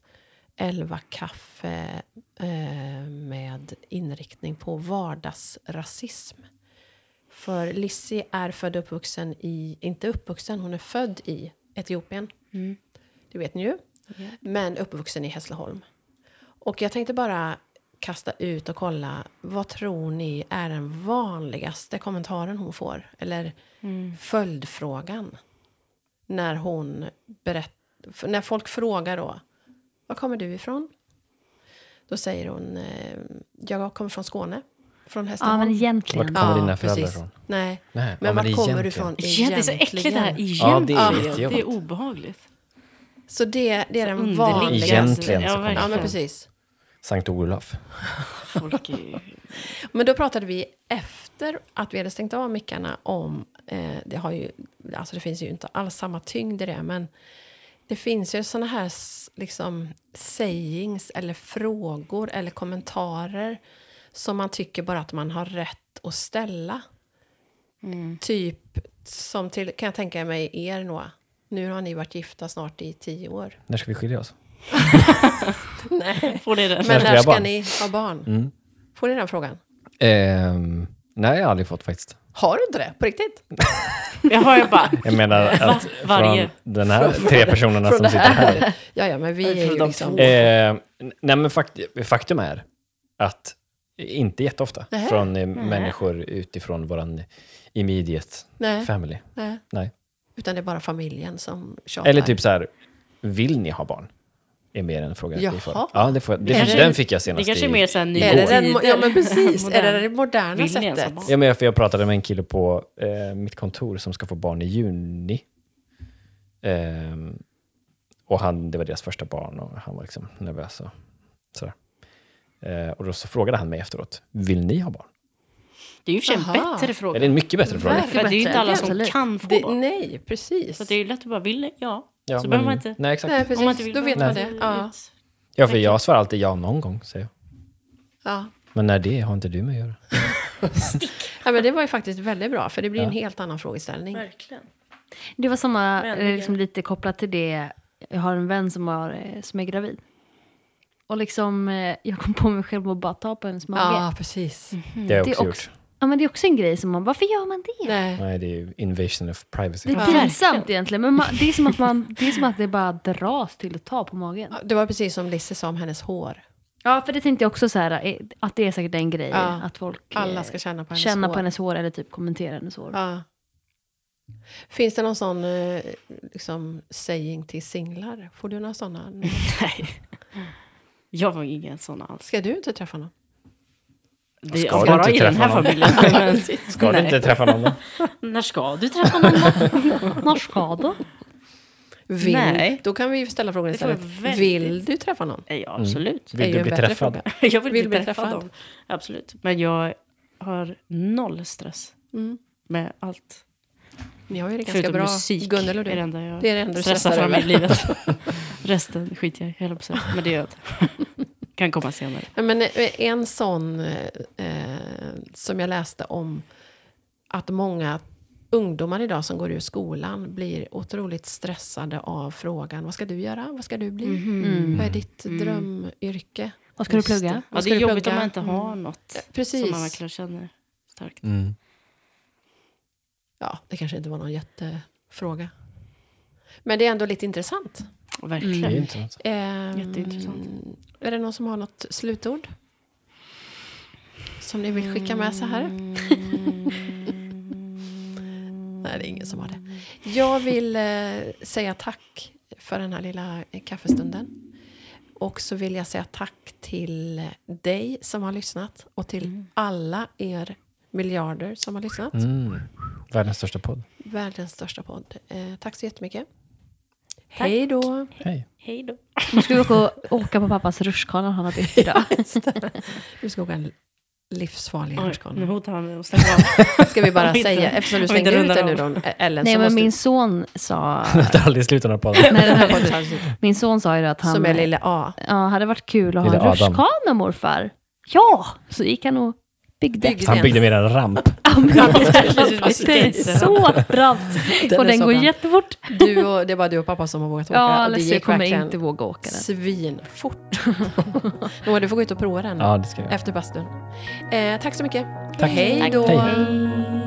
Speaker 1: 11 kaffe eh, med inriktning på vardagsrasism. För Lissi är född och uppvuxen i, inte uppvuxen, hon är född i Etiopien.
Speaker 2: Mm.
Speaker 1: Det vet ni ju. Men uppvuxen i Hässleholm. Och jag tänkte bara kasta ut och kolla, vad tror ni är den vanligaste kommentaren hon får? Eller Mm. följdfrågan. När hon berättar, när folk frågar då, var kommer du ifrån? Då säger hon, eh, jag kommer från Skåne, från
Speaker 4: Ja,
Speaker 1: Hässleholm.
Speaker 4: men
Speaker 3: Vart
Speaker 4: egentligen.
Speaker 3: kommer dina föräldrar
Speaker 1: precis.
Speaker 3: ifrån?
Speaker 1: Nej,
Speaker 3: Nej,
Speaker 1: men
Speaker 3: ja, men
Speaker 1: var
Speaker 3: det är
Speaker 1: kommer du
Speaker 3: egentligen.
Speaker 1: ifrån
Speaker 2: Ja, det är så äckligt det här.
Speaker 1: egentligen?
Speaker 3: Ja, det är
Speaker 2: Egentligen. det är
Speaker 3: jättejobbigt.
Speaker 2: obehagligt.
Speaker 1: Så det, det är den
Speaker 2: Underligt.
Speaker 1: vanligaste.
Speaker 3: Egentligen så
Speaker 2: Ja,
Speaker 3: kommer-
Speaker 1: Ja, men
Speaker 2: verkligen.
Speaker 1: precis.
Speaker 3: Sankt Olof.
Speaker 2: Folk är ju...
Speaker 1: [laughs] Men då pratade vi efter att vi hade stängt av mickarna om... Eh, det, har ju, alltså det finns ju inte alls samma tyngd i det, men det finns ju såna här s- liksom, sayings eller frågor eller kommentarer som man tycker bara att man har rätt att ställa. Typ som till, kan jag tänka mig er Noah. Nu har ni varit gifta snart i tio år.
Speaker 3: När ska vi skilja oss?
Speaker 1: Nej.
Speaker 2: Får det den?
Speaker 1: Men
Speaker 3: ska
Speaker 1: när
Speaker 3: jag
Speaker 1: ska
Speaker 3: barn?
Speaker 1: ni ha barn? Får ni den frågan?
Speaker 3: Ehm, nej, jag har aldrig fått faktiskt.
Speaker 1: Har du inte det? På riktigt?
Speaker 2: Jag har ju
Speaker 3: [laughs]
Speaker 2: bara...
Speaker 3: Jag menar att
Speaker 2: Varje.
Speaker 3: från den här tre personerna som sitter här.
Speaker 1: Ja, ja, men vi är
Speaker 2: Jag
Speaker 1: ju
Speaker 2: trodde de
Speaker 1: liksom...
Speaker 2: två.
Speaker 3: Eh, nej, men fakt faktum är att inte jätteofta
Speaker 1: Nähä.
Speaker 3: från eh, människor utifrån vår immediate
Speaker 1: Nej.
Speaker 3: family.
Speaker 1: Nej.
Speaker 3: Nej.
Speaker 1: Utan det är bara familjen som tjatar.
Speaker 3: Eller typ så här, vill ni ha barn? Är mer en fråga vi får.
Speaker 1: Jaha.
Speaker 3: Ja, det får, det,
Speaker 2: Det kanske-
Speaker 3: den fick jag
Speaker 2: Det
Speaker 3: senast
Speaker 2: kanske är
Speaker 3: i-
Speaker 2: mer såhär nya
Speaker 1: Är det den,
Speaker 2: tider.
Speaker 1: ja, men precis.
Speaker 2: [laughs] Modern.
Speaker 1: Är det det moderna
Speaker 2: Vill ni ens ha
Speaker 1: sättet?
Speaker 2: barn?
Speaker 3: Ja, men jag, för jag pratade med en kille på eh, mitt kontor som ska få barn i juni. Ehm, och han, det var deras första barn och han var liksom nervös. Och, sådär. Eh, och då så frågade han mig efteråt, vill ni ha barn?
Speaker 2: Det är ju i och för sig en
Speaker 1: Aha.
Speaker 2: bättre
Speaker 3: Ja,
Speaker 2: fråga.
Speaker 3: det är en mycket bättre fråga.
Speaker 2: För det är ju inte alla som
Speaker 4: Absolut.
Speaker 2: kan få
Speaker 1: Det,
Speaker 2: barn.
Speaker 1: nej, precis.
Speaker 2: Så det är ju lätt att bara, vill ni? Ja.
Speaker 3: Ja,
Speaker 2: så
Speaker 3: men-
Speaker 2: behöver man inte...
Speaker 3: Nej, exakt.
Speaker 1: nej, precis.
Speaker 2: Om man inte vill
Speaker 1: Då vet
Speaker 2: bara-
Speaker 1: man det. Ja.
Speaker 3: Ja, för jag svarar alltid ja någon gång, säger jag.
Speaker 1: Ja.
Speaker 3: Men när det har inte du med att göra.
Speaker 1: ja, men det var ju faktiskt väldigt bra, för det blir en helt annan frågeställning.
Speaker 2: Verkligen.
Speaker 4: Det var samma,
Speaker 2: Men-
Speaker 4: eh, liksom lite kopplat till det, jag har en vän som, har, eh, som är gravid. Och liksom, eh, jag kom på mig själv att bara ta på hennes mage.
Speaker 1: Ja, precis.
Speaker 3: Det har jag
Speaker 4: Det är
Speaker 3: också,
Speaker 4: också-
Speaker 3: gjort.
Speaker 4: Ja, men det är också en grej som man, varför gör man det?
Speaker 1: Nej.
Speaker 3: Nej, det är ju invasion of privacy.
Speaker 4: Det är
Speaker 2: Ja.
Speaker 4: pinsamt
Speaker 2: Verkligen.
Speaker 4: egentligen, men man, det, är som att man, det är som att det bara dras till att ta på magen.
Speaker 1: Det var precis som Lisse sa om hennes hår.
Speaker 4: Ja, för det tänkte jag också så här, eh, att det är säkert en grej.
Speaker 1: Ja.
Speaker 4: Att folk eh,
Speaker 1: Alla ska känna på hennes
Speaker 4: känna
Speaker 1: hår.
Speaker 4: på hennes hår eller typ kommentera hennes hår.
Speaker 1: Ja. Finns det någon sån eh, liksom, saying till singlar? Får du några såna?
Speaker 2: Nej. Jag var ingen sån alls.
Speaker 1: Ska du inte träffa någon?
Speaker 2: Det
Speaker 3: Ska
Speaker 2: är
Speaker 3: du
Speaker 2: bara
Speaker 3: inte
Speaker 2: i den
Speaker 3: träffa
Speaker 2: här
Speaker 3: någon? [laughs]
Speaker 2: familjen.
Speaker 3: Ska du
Speaker 2: Nej.
Speaker 3: inte träffa någon då?
Speaker 2: När ska du träffa någon
Speaker 3: [laughs]
Speaker 2: då?
Speaker 4: När ska du?
Speaker 1: Vill,
Speaker 2: Nej.
Speaker 1: Då kan vi ju ställa frågan
Speaker 2: Det får
Speaker 1: istället.
Speaker 2: jag väldigt-
Speaker 1: Vill du träffa någon?
Speaker 2: Nej, ja, absolut.
Speaker 1: Det är
Speaker 3: Mm. Vill
Speaker 1: ju
Speaker 3: du
Speaker 1: en
Speaker 3: bli
Speaker 1: bättre
Speaker 3: träffad?
Speaker 1: fråga.
Speaker 2: [laughs] Jag vill,
Speaker 1: Vill
Speaker 2: inte
Speaker 1: bli
Speaker 2: träffa
Speaker 1: träffad.
Speaker 2: dem. Absolut. Men jag har noll stress med allt.
Speaker 1: Mm. Ni har ju det ganska
Speaker 2: Förutom
Speaker 1: bra.
Speaker 2: musik
Speaker 1: Gunnel och du.
Speaker 2: är det enda jag
Speaker 1: Det är det enda du
Speaker 2: stressar
Speaker 1: stressar
Speaker 2: fram i
Speaker 1: över.
Speaker 2: livet.
Speaker 1: [laughs]
Speaker 2: Resten skiter jag i, höll jag på att säga. Men det gör jag inte.
Speaker 1: [laughs]
Speaker 2: Kan komma senare.
Speaker 1: Ja, Men eh, en sån eh, eh, som jag läste om att många ungdomar idag som går ur skolan blir otroligt stressade av frågan vad ska du göra? Vad ska du bli? Vad är ditt drömyrke?
Speaker 4: Vad ska du
Speaker 2: Just
Speaker 4: plugga?
Speaker 2: det. Ja,
Speaker 1: Vad
Speaker 2: det
Speaker 1: ska
Speaker 2: är
Speaker 1: du
Speaker 2: jobbigt
Speaker 1: plugga? Mm.
Speaker 2: om man inte har något
Speaker 1: Ja, precis.
Speaker 2: som man verkligen känner starkt.
Speaker 1: Ja, det kanske inte var någon jättefråga. Men det är ändå lite intressant.
Speaker 2: Verkligen.
Speaker 3: Det är ju inte något.
Speaker 1: Ehm,
Speaker 2: Jätteintressant.
Speaker 1: Är det någon som har något slutord? Som ni vill skicka med så här? [laughs] Nej, det är ingen som har det. Jag vill eh, säga tack för den här lilla eh, kaffestunden. Och så vill jag säga tack till dig som har lyssnat och till alla er miljarder som har lyssnat.
Speaker 3: Mm. Världens största podd.
Speaker 1: Världens största podd. Eh, tack så jättemycket. Hej då!
Speaker 3: Hej. [laughs]
Speaker 2: Hej då.
Speaker 4: Nu ska vi åka, och- åka på pappas rutschkana
Speaker 1: [laughs]
Speaker 4: han har byggt idag.
Speaker 1: Du ska åka en livsfarlig
Speaker 2: Oj, nu
Speaker 1: rutschkana.
Speaker 2: hotar han mig att stänga av.
Speaker 1: Ska vi bara
Speaker 2: Om inte-
Speaker 1: säga, eftersom du
Speaker 2: om
Speaker 1: slängde
Speaker 2: inte
Speaker 1: ut
Speaker 2: rundar
Speaker 1: den nu
Speaker 2: av.
Speaker 1: då, Ellen,
Speaker 4: Nej,
Speaker 1: så
Speaker 4: men
Speaker 1: måste
Speaker 4: min son
Speaker 1: [laughs]
Speaker 4: sa...
Speaker 3: Det är aldrig slut den här podden.
Speaker 4: Nej, den här,
Speaker 1: du...
Speaker 4: min son sa ju att han... eh,
Speaker 1: Som är lille A.
Speaker 4: Ja, hade varit kul att ha
Speaker 3: Lille
Speaker 4: en
Speaker 3: Adam.
Speaker 4: rutschkana morfar. Ja! Så gick han och byggde.
Speaker 1: Byggde. [laughs]
Speaker 3: Han byggde mer en ramp.
Speaker 4: Ja, men
Speaker 2: precis.
Speaker 4: Det är så brant.
Speaker 1: [laughs] Den
Speaker 4: och
Speaker 1: är
Speaker 4: den
Speaker 1: så
Speaker 4: går
Speaker 1: brant.
Speaker 4: jättefort.
Speaker 1: Du och, det är bara du och pappa som har vågat åka.
Speaker 4: Ja,
Speaker 1: och det
Speaker 4: Alessia
Speaker 1: gick
Speaker 4: kommer
Speaker 1: verkligen
Speaker 4: inte våga åka den.
Speaker 1: svinfort. [laughs] Noah, du får gå ut och prova den nu,
Speaker 3: Ja, det ska jag göra.
Speaker 1: efter bastun. Eh, tack så mycket.
Speaker 3: Tack.
Speaker 1: Hej då!
Speaker 3: Hej.
Speaker 4: Hej.